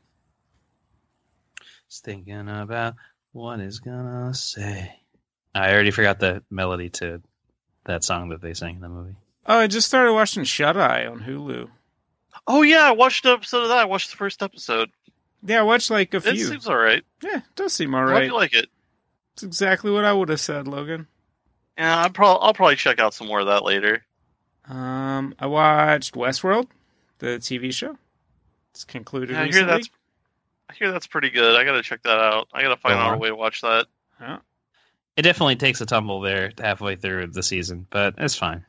Speaker 1: Just thinking about what is gonna say. I already forgot the melody to that song that they sang in the movie.
Speaker 3: Oh, I just started watching Shut Eye on Hulu.
Speaker 2: Oh yeah, I watched an episode of that. I watched the first episode.
Speaker 3: Yeah, I watched like a
Speaker 2: It
Speaker 3: few.
Speaker 2: seems all right.
Speaker 3: yeah, it does seem
Speaker 2: I
Speaker 3: alright.
Speaker 2: do like it.
Speaker 3: It's exactly what I would have said, Logan.
Speaker 2: Yeah, I'm prob- I'll probably check out some more of that later.
Speaker 3: Um, I watched Westworld, the TV show. It's concluded
Speaker 2: Yeah, I hear
Speaker 3: recently.
Speaker 2: that's I hear that's pretty good. I gotta check that out. I gotta find
Speaker 1: Go
Speaker 2: out a
Speaker 1: on.
Speaker 2: way to watch that.
Speaker 3: Yeah.
Speaker 1: It definitely takes a tumble there halfway through the season, but it's fine.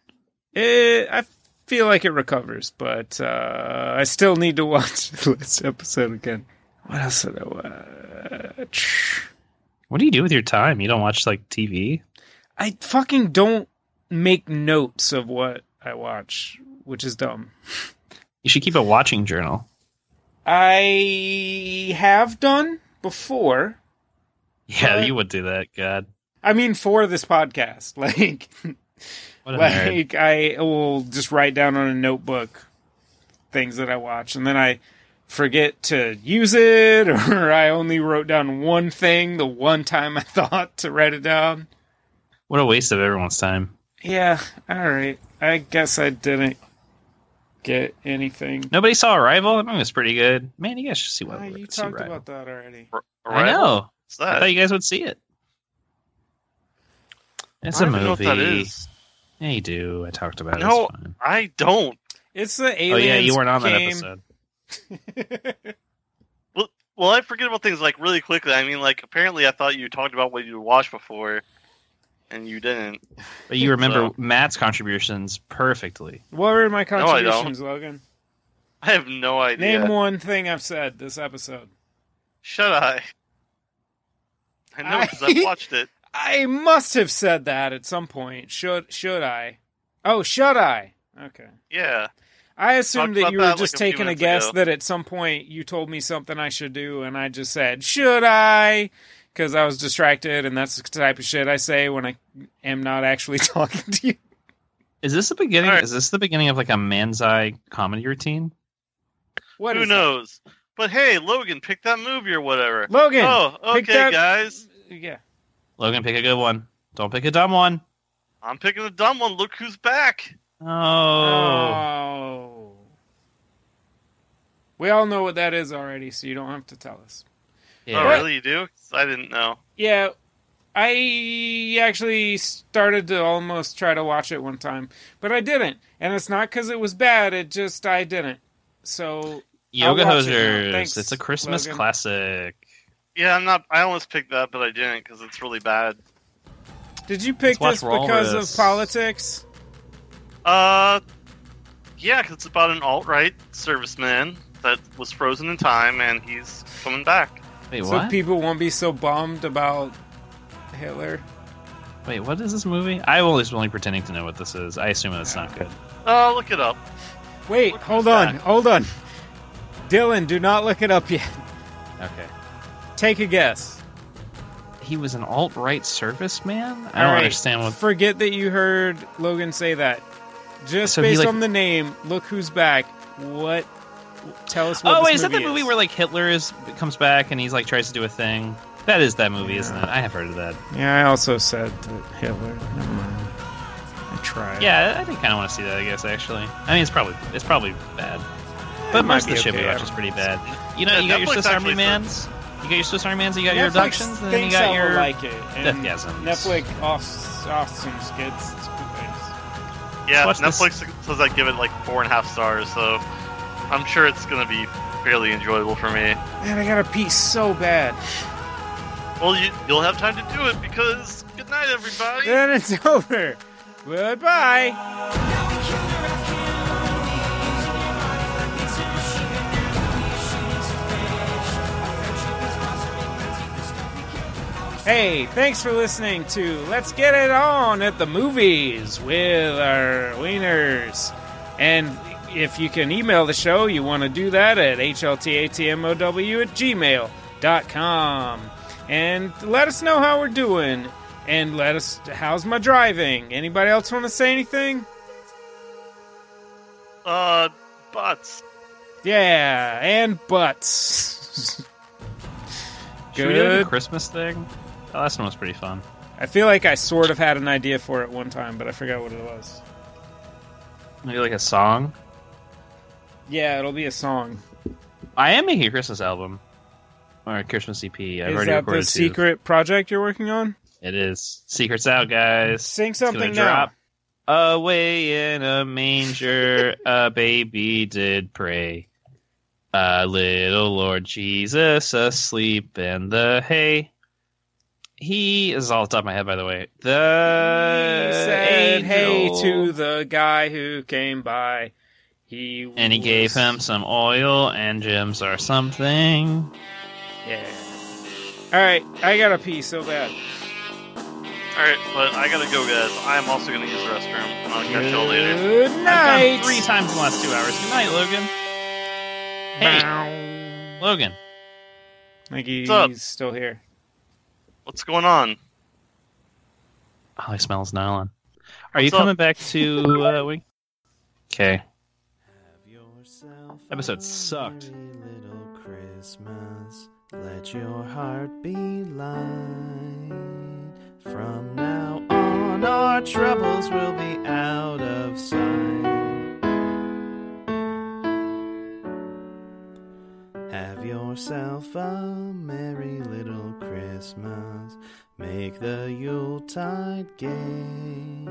Speaker 3: It, Eh, I feel like it recovers, but uh, I still need to watch the last episode again. What else did I watch?
Speaker 1: What do you do with your time? You don't watch like TV?
Speaker 3: I fucking don't make notes of what I watch, which is dumb.
Speaker 1: You should keep a watching journal.
Speaker 3: I have done before.
Speaker 1: Yeah,
Speaker 3: What?
Speaker 1: you would do that. God,
Speaker 3: I mean, for this podcast, like,
Speaker 1: what a nerd.
Speaker 3: like I will just write down on a notebook things that I watch, and then I forget to use it, or I only wrote down one thing the one time I thought to write it down.
Speaker 1: What a waste of everyone's time.
Speaker 3: Yeah, all right. I guess I didn't get anything.
Speaker 1: Nobody saw Arrival. That movie was pretty good. Man, you guys should see what
Speaker 3: Ah,
Speaker 1: we
Speaker 3: you
Speaker 1: see
Speaker 3: talked
Speaker 1: Arrival.
Speaker 3: about that already.
Speaker 2: Ar-
Speaker 1: I
Speaker 2: Arrival?
Speaker 1: know.
Speaker 2: What's
Speaker 1: I
Speaker 2: that?
Speaker 1: thought you guys would see it. It's
Speaker 2: I
Speaker 1: a
Speaker 2: don't even
Speaker 1: movie.
Speaker 2: know what that is.
Speaker 1: Yeah, you do. I talked about it.
Speaker 2: No,
Speaker 1: It's fine.
Speaker 2: I don't.
Speaker 3: It's the
Speaker 1: Oh
Speaker 3: aliens.
Speaker 1: yeah, you weren't on that
Speaker 3: came-
Speaker 1: episode.
Speaker 2: Well, I forget about things like really quickly. I mean, like apparently, I thought you talked about what you watched before, and you didn't.
Speaker 1: But you remember
Speaker 2: So-
Speaker 1: Matt's contributions perfectly.
Speaker 3: what were my
Speaker 2: I don't.
Speaker 3: contributions, Logan?
Speaker 2: I have no idea.
Speaker 3: Name one thing I've said this episode.
Speaker 2: Shut eye. I know because I...
Speaker 3: I-
Speaker 2: have watched it.
Speaker 3: I must have said that at some point. Should should I? Oh, should I? Okay.
Speaker 2: Yeah,
Speaker 3: I assumed
Speaker 2: Talked
Speaker 3: that
Speaker 2: about
Speaker 3: you were
Speaker 2: that, like,
Speaker 3: just
Speaker 2: a few
Speaker 3: taking a
Speaker 2: minutes
Speaker 3: guess
Speaker 2: ago.
Speaker 3: that at some point you told me something I should do, and I just said, "Should I?" Because I was distracted, and that's the type of shit I say when I am not actually talking to you.
Speaker 1: Is this the beginning?
Speaker 2: Alright.
Speaker 1: Is this the beginning of like a manzai comedy routine?
Speaker 3: What
Speaker 2: who
Speaker 3: is that?
Speaker 2: knows? But hey, Logan, pick that movie or whatever.
Speaker 3: Logan?
Speaker 2: Oh, okay,
Speaker 3: pick that-
Speaker 2: guys.
Speaker 3: Yeah.
Speaker 1: Logan, pick a good one. Don't pick a dumb one.
Speaker 2: I'm picking a dumb one. Look who's back.
Speaker 1: Oh,
Speaker 3: Oh. We all know what that is already, so you don't have to tell us.
Speaker 1: Yeah.
Speaker 2: Oh, really? You do? 'Cause I didn't know.
Speaker 3: Yeah, I actually started to almost try to watch it one time, but I didn't. And it's not because it was bad, it just I didn't. So,
Speaker 1: Yoga
Speaker 3: I'll watch it now.
Speaker 1: Hosers.
Speaker 3: Thanks,
Speaker 1: it's a Christmas
Speaker 3: Logan.
Speaker 1: classic.
Speaker 2: Yeah, I'm not. I almost picked that, but I didn't because it's really bad.
Speaker 3: did you pick
Speaker 1: Let's watch
Speaker 3: this because
Speaker 1: Walrus.
Speaker 3: of politics?
Speaker 2: Uh, yeah, 'cause it's about an alt-right serviceman that was frozen in time, and he's coming back.
Speaker 1: Wait,
Speaker 3: so
Speaker 1: what?
Speaker 3: people won't be so bummed about Hitler?
Speaker 1: Wait, what is this movie? I always only pretending to know what this is. I assume it's not good.
Speaker 2: Oh, look it up.
Speaker 3: Wait,
Speaker 2: What
Speaker 3: hold
Speaker 2: was
Speaker 3: on,
Speaker 2: that?
Speaker 3: hold on. Dylan, do not look it up yet.
Speaker 1: Okay.
Speaker 3: Take a guess.
Speaker 1: He was an alt right serviceman? I
Speaker 3: All
Speaker 1: don't
Speaker 3: right,
Speaker 1: understand what.
Speaker 3: Forget that you heard Logan say that. Just
Speaker 1: So he,
Speaker 3: based
Speaker 1: like-
Speaker 3: on the name, look who's back. What tell us what
Speaker 1: Oh
Speaker 3: this
Speaker 1: wait, is that the
Speaker 3: movie
Speaker 1: movie where like Hitler is comes back and he's like tries to do a thing? That is that movie, isn't it? I have heard of that.
Speaker 3: Yeah, I also said that Hitler. Never mind. I tried.
Speaker 1: Yeah, I think kind of want to see that. I guess actually, I mean it's probably it's probably bad, but
Speaker 3: might
Speaker 1: most of
Speaker 3: be
Speaker 1: the shit we
Speaker 3: okay.
Speaker 1: watch is pretty bad. You know,
Speaker 2: Yeah,
Speaker 1: you got your
Speaker 2: Netflix
Speaker 1: Swiss Army
Speaker 2: actually
Speaker 1: Man's, you got your Swiss Army Man's, you got your
Speaker 3: Netflix
Speaker 1: abductions, and then you
Speaker 3: thinks I
Speaker 1: got
Speaker 3: will
Speaker 1: your
Speaker 3: like it. and
Speaker 1: Deathgasms.
Speaker 3: Netflix off awesome skits.
Speaker 2: Yeah,
Speaker 1: Watch this.
Speaker 2: Netflix says I give it like four and a half stars, so I'm sure it's gonna be fairly enjoyable for me.
Speaker 3: Man, I gotta pee so bad.
Speaker 2: Well, you, you'll have time to do it because good night, everybody.
Speaker 3: Then it's over. Goodbye. Hey, thanks for listening to Let's Get It On at the Movies with our wieners. And if you can email the show, you want to do that at hltatmow at gmail.com. And let us know how we're doing. And let us, how's my driving? Anybody else want to say anything?
Speaker 2: Uh, butts.
Speaker 3: Yeah, and butts.
Speaker 1: Should we do like, a
Speaker 3: Good.
Speaker 1: Christmas thing? The last one was pretty fun.
Speaker 3: I feel like I sort of had an idea for it one time, but I forgot what it was.
Speaker 1: Maybe like a song.
Speaker 3: Yeah, it'll be a song.
Speaker 1: I am making a Christmas album or a Christmas EP. I've
Speaker 3: is
Speaker 1: already
Speaker 3: that the
Speaker 1: recorded two.
Speaker 3: secret project you're working on?
Speaker 1: It is secrets out, guys.
Speaker 3: Sing
Speaker 1: It's
Speaker 3: something
Speaker 1: gonna
Speaker 3: now.
Speaker 1: drop. Away in a manger, a baby did pray. A little Lord Jesus asleep in the hay. He this is all off the top of my head, by the way. The
Speaker 3: he said hey
Speaker 1: Uh, angel-
Speaker 3: to the guy who came by. He
Speaker 1: and he
Speaker 3: was-
Speaker 1: gave him some oil and gems or something.
Speaker 3: Yeah. All right, I gotta pee so bad.
Speaker 2: All right, but I gotta go, guys. I'm also gonna use the restroom. I'll catch y'all later.
Speaker 3: Good
Speaker 1: I've
Speaker 3: night.
Speaker 1: gone three times in the last two hours. Good night, Logan. Hey,
Speaker 3: Bow.
Speaker 1: Logan.
Speaker 3: Like
Speaker 2: up?
Speaker 3: he's still here.
Speaker 2: What's going on?
Speaker 1: Oh, he smells nylon. Are you
Speaker 2: What's up?
Speaker 1: coming back to uh, Wing? Okay. Episode sucked.
Speaker 4: Little Christmas, let your heart be light. From now on, our troubles will be out of sight. Have yourself a merry little Christmas. Make the Yuletide gay.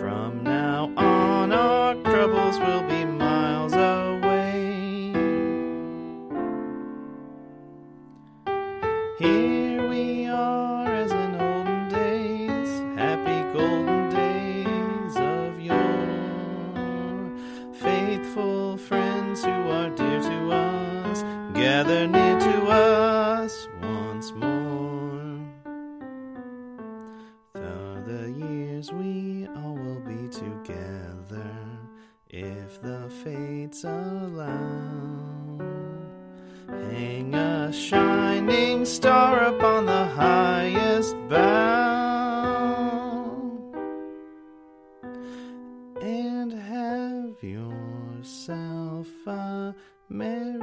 Speaker 4: From now on, our troubles will be miles away. Here we are as in olden days, happy golden days of yore. Faithful friends who are dear to us, gather near to us once more. Though the years we all will be together, if the fates allow. Hang a shining star upon the highest bough, and have yourself a merry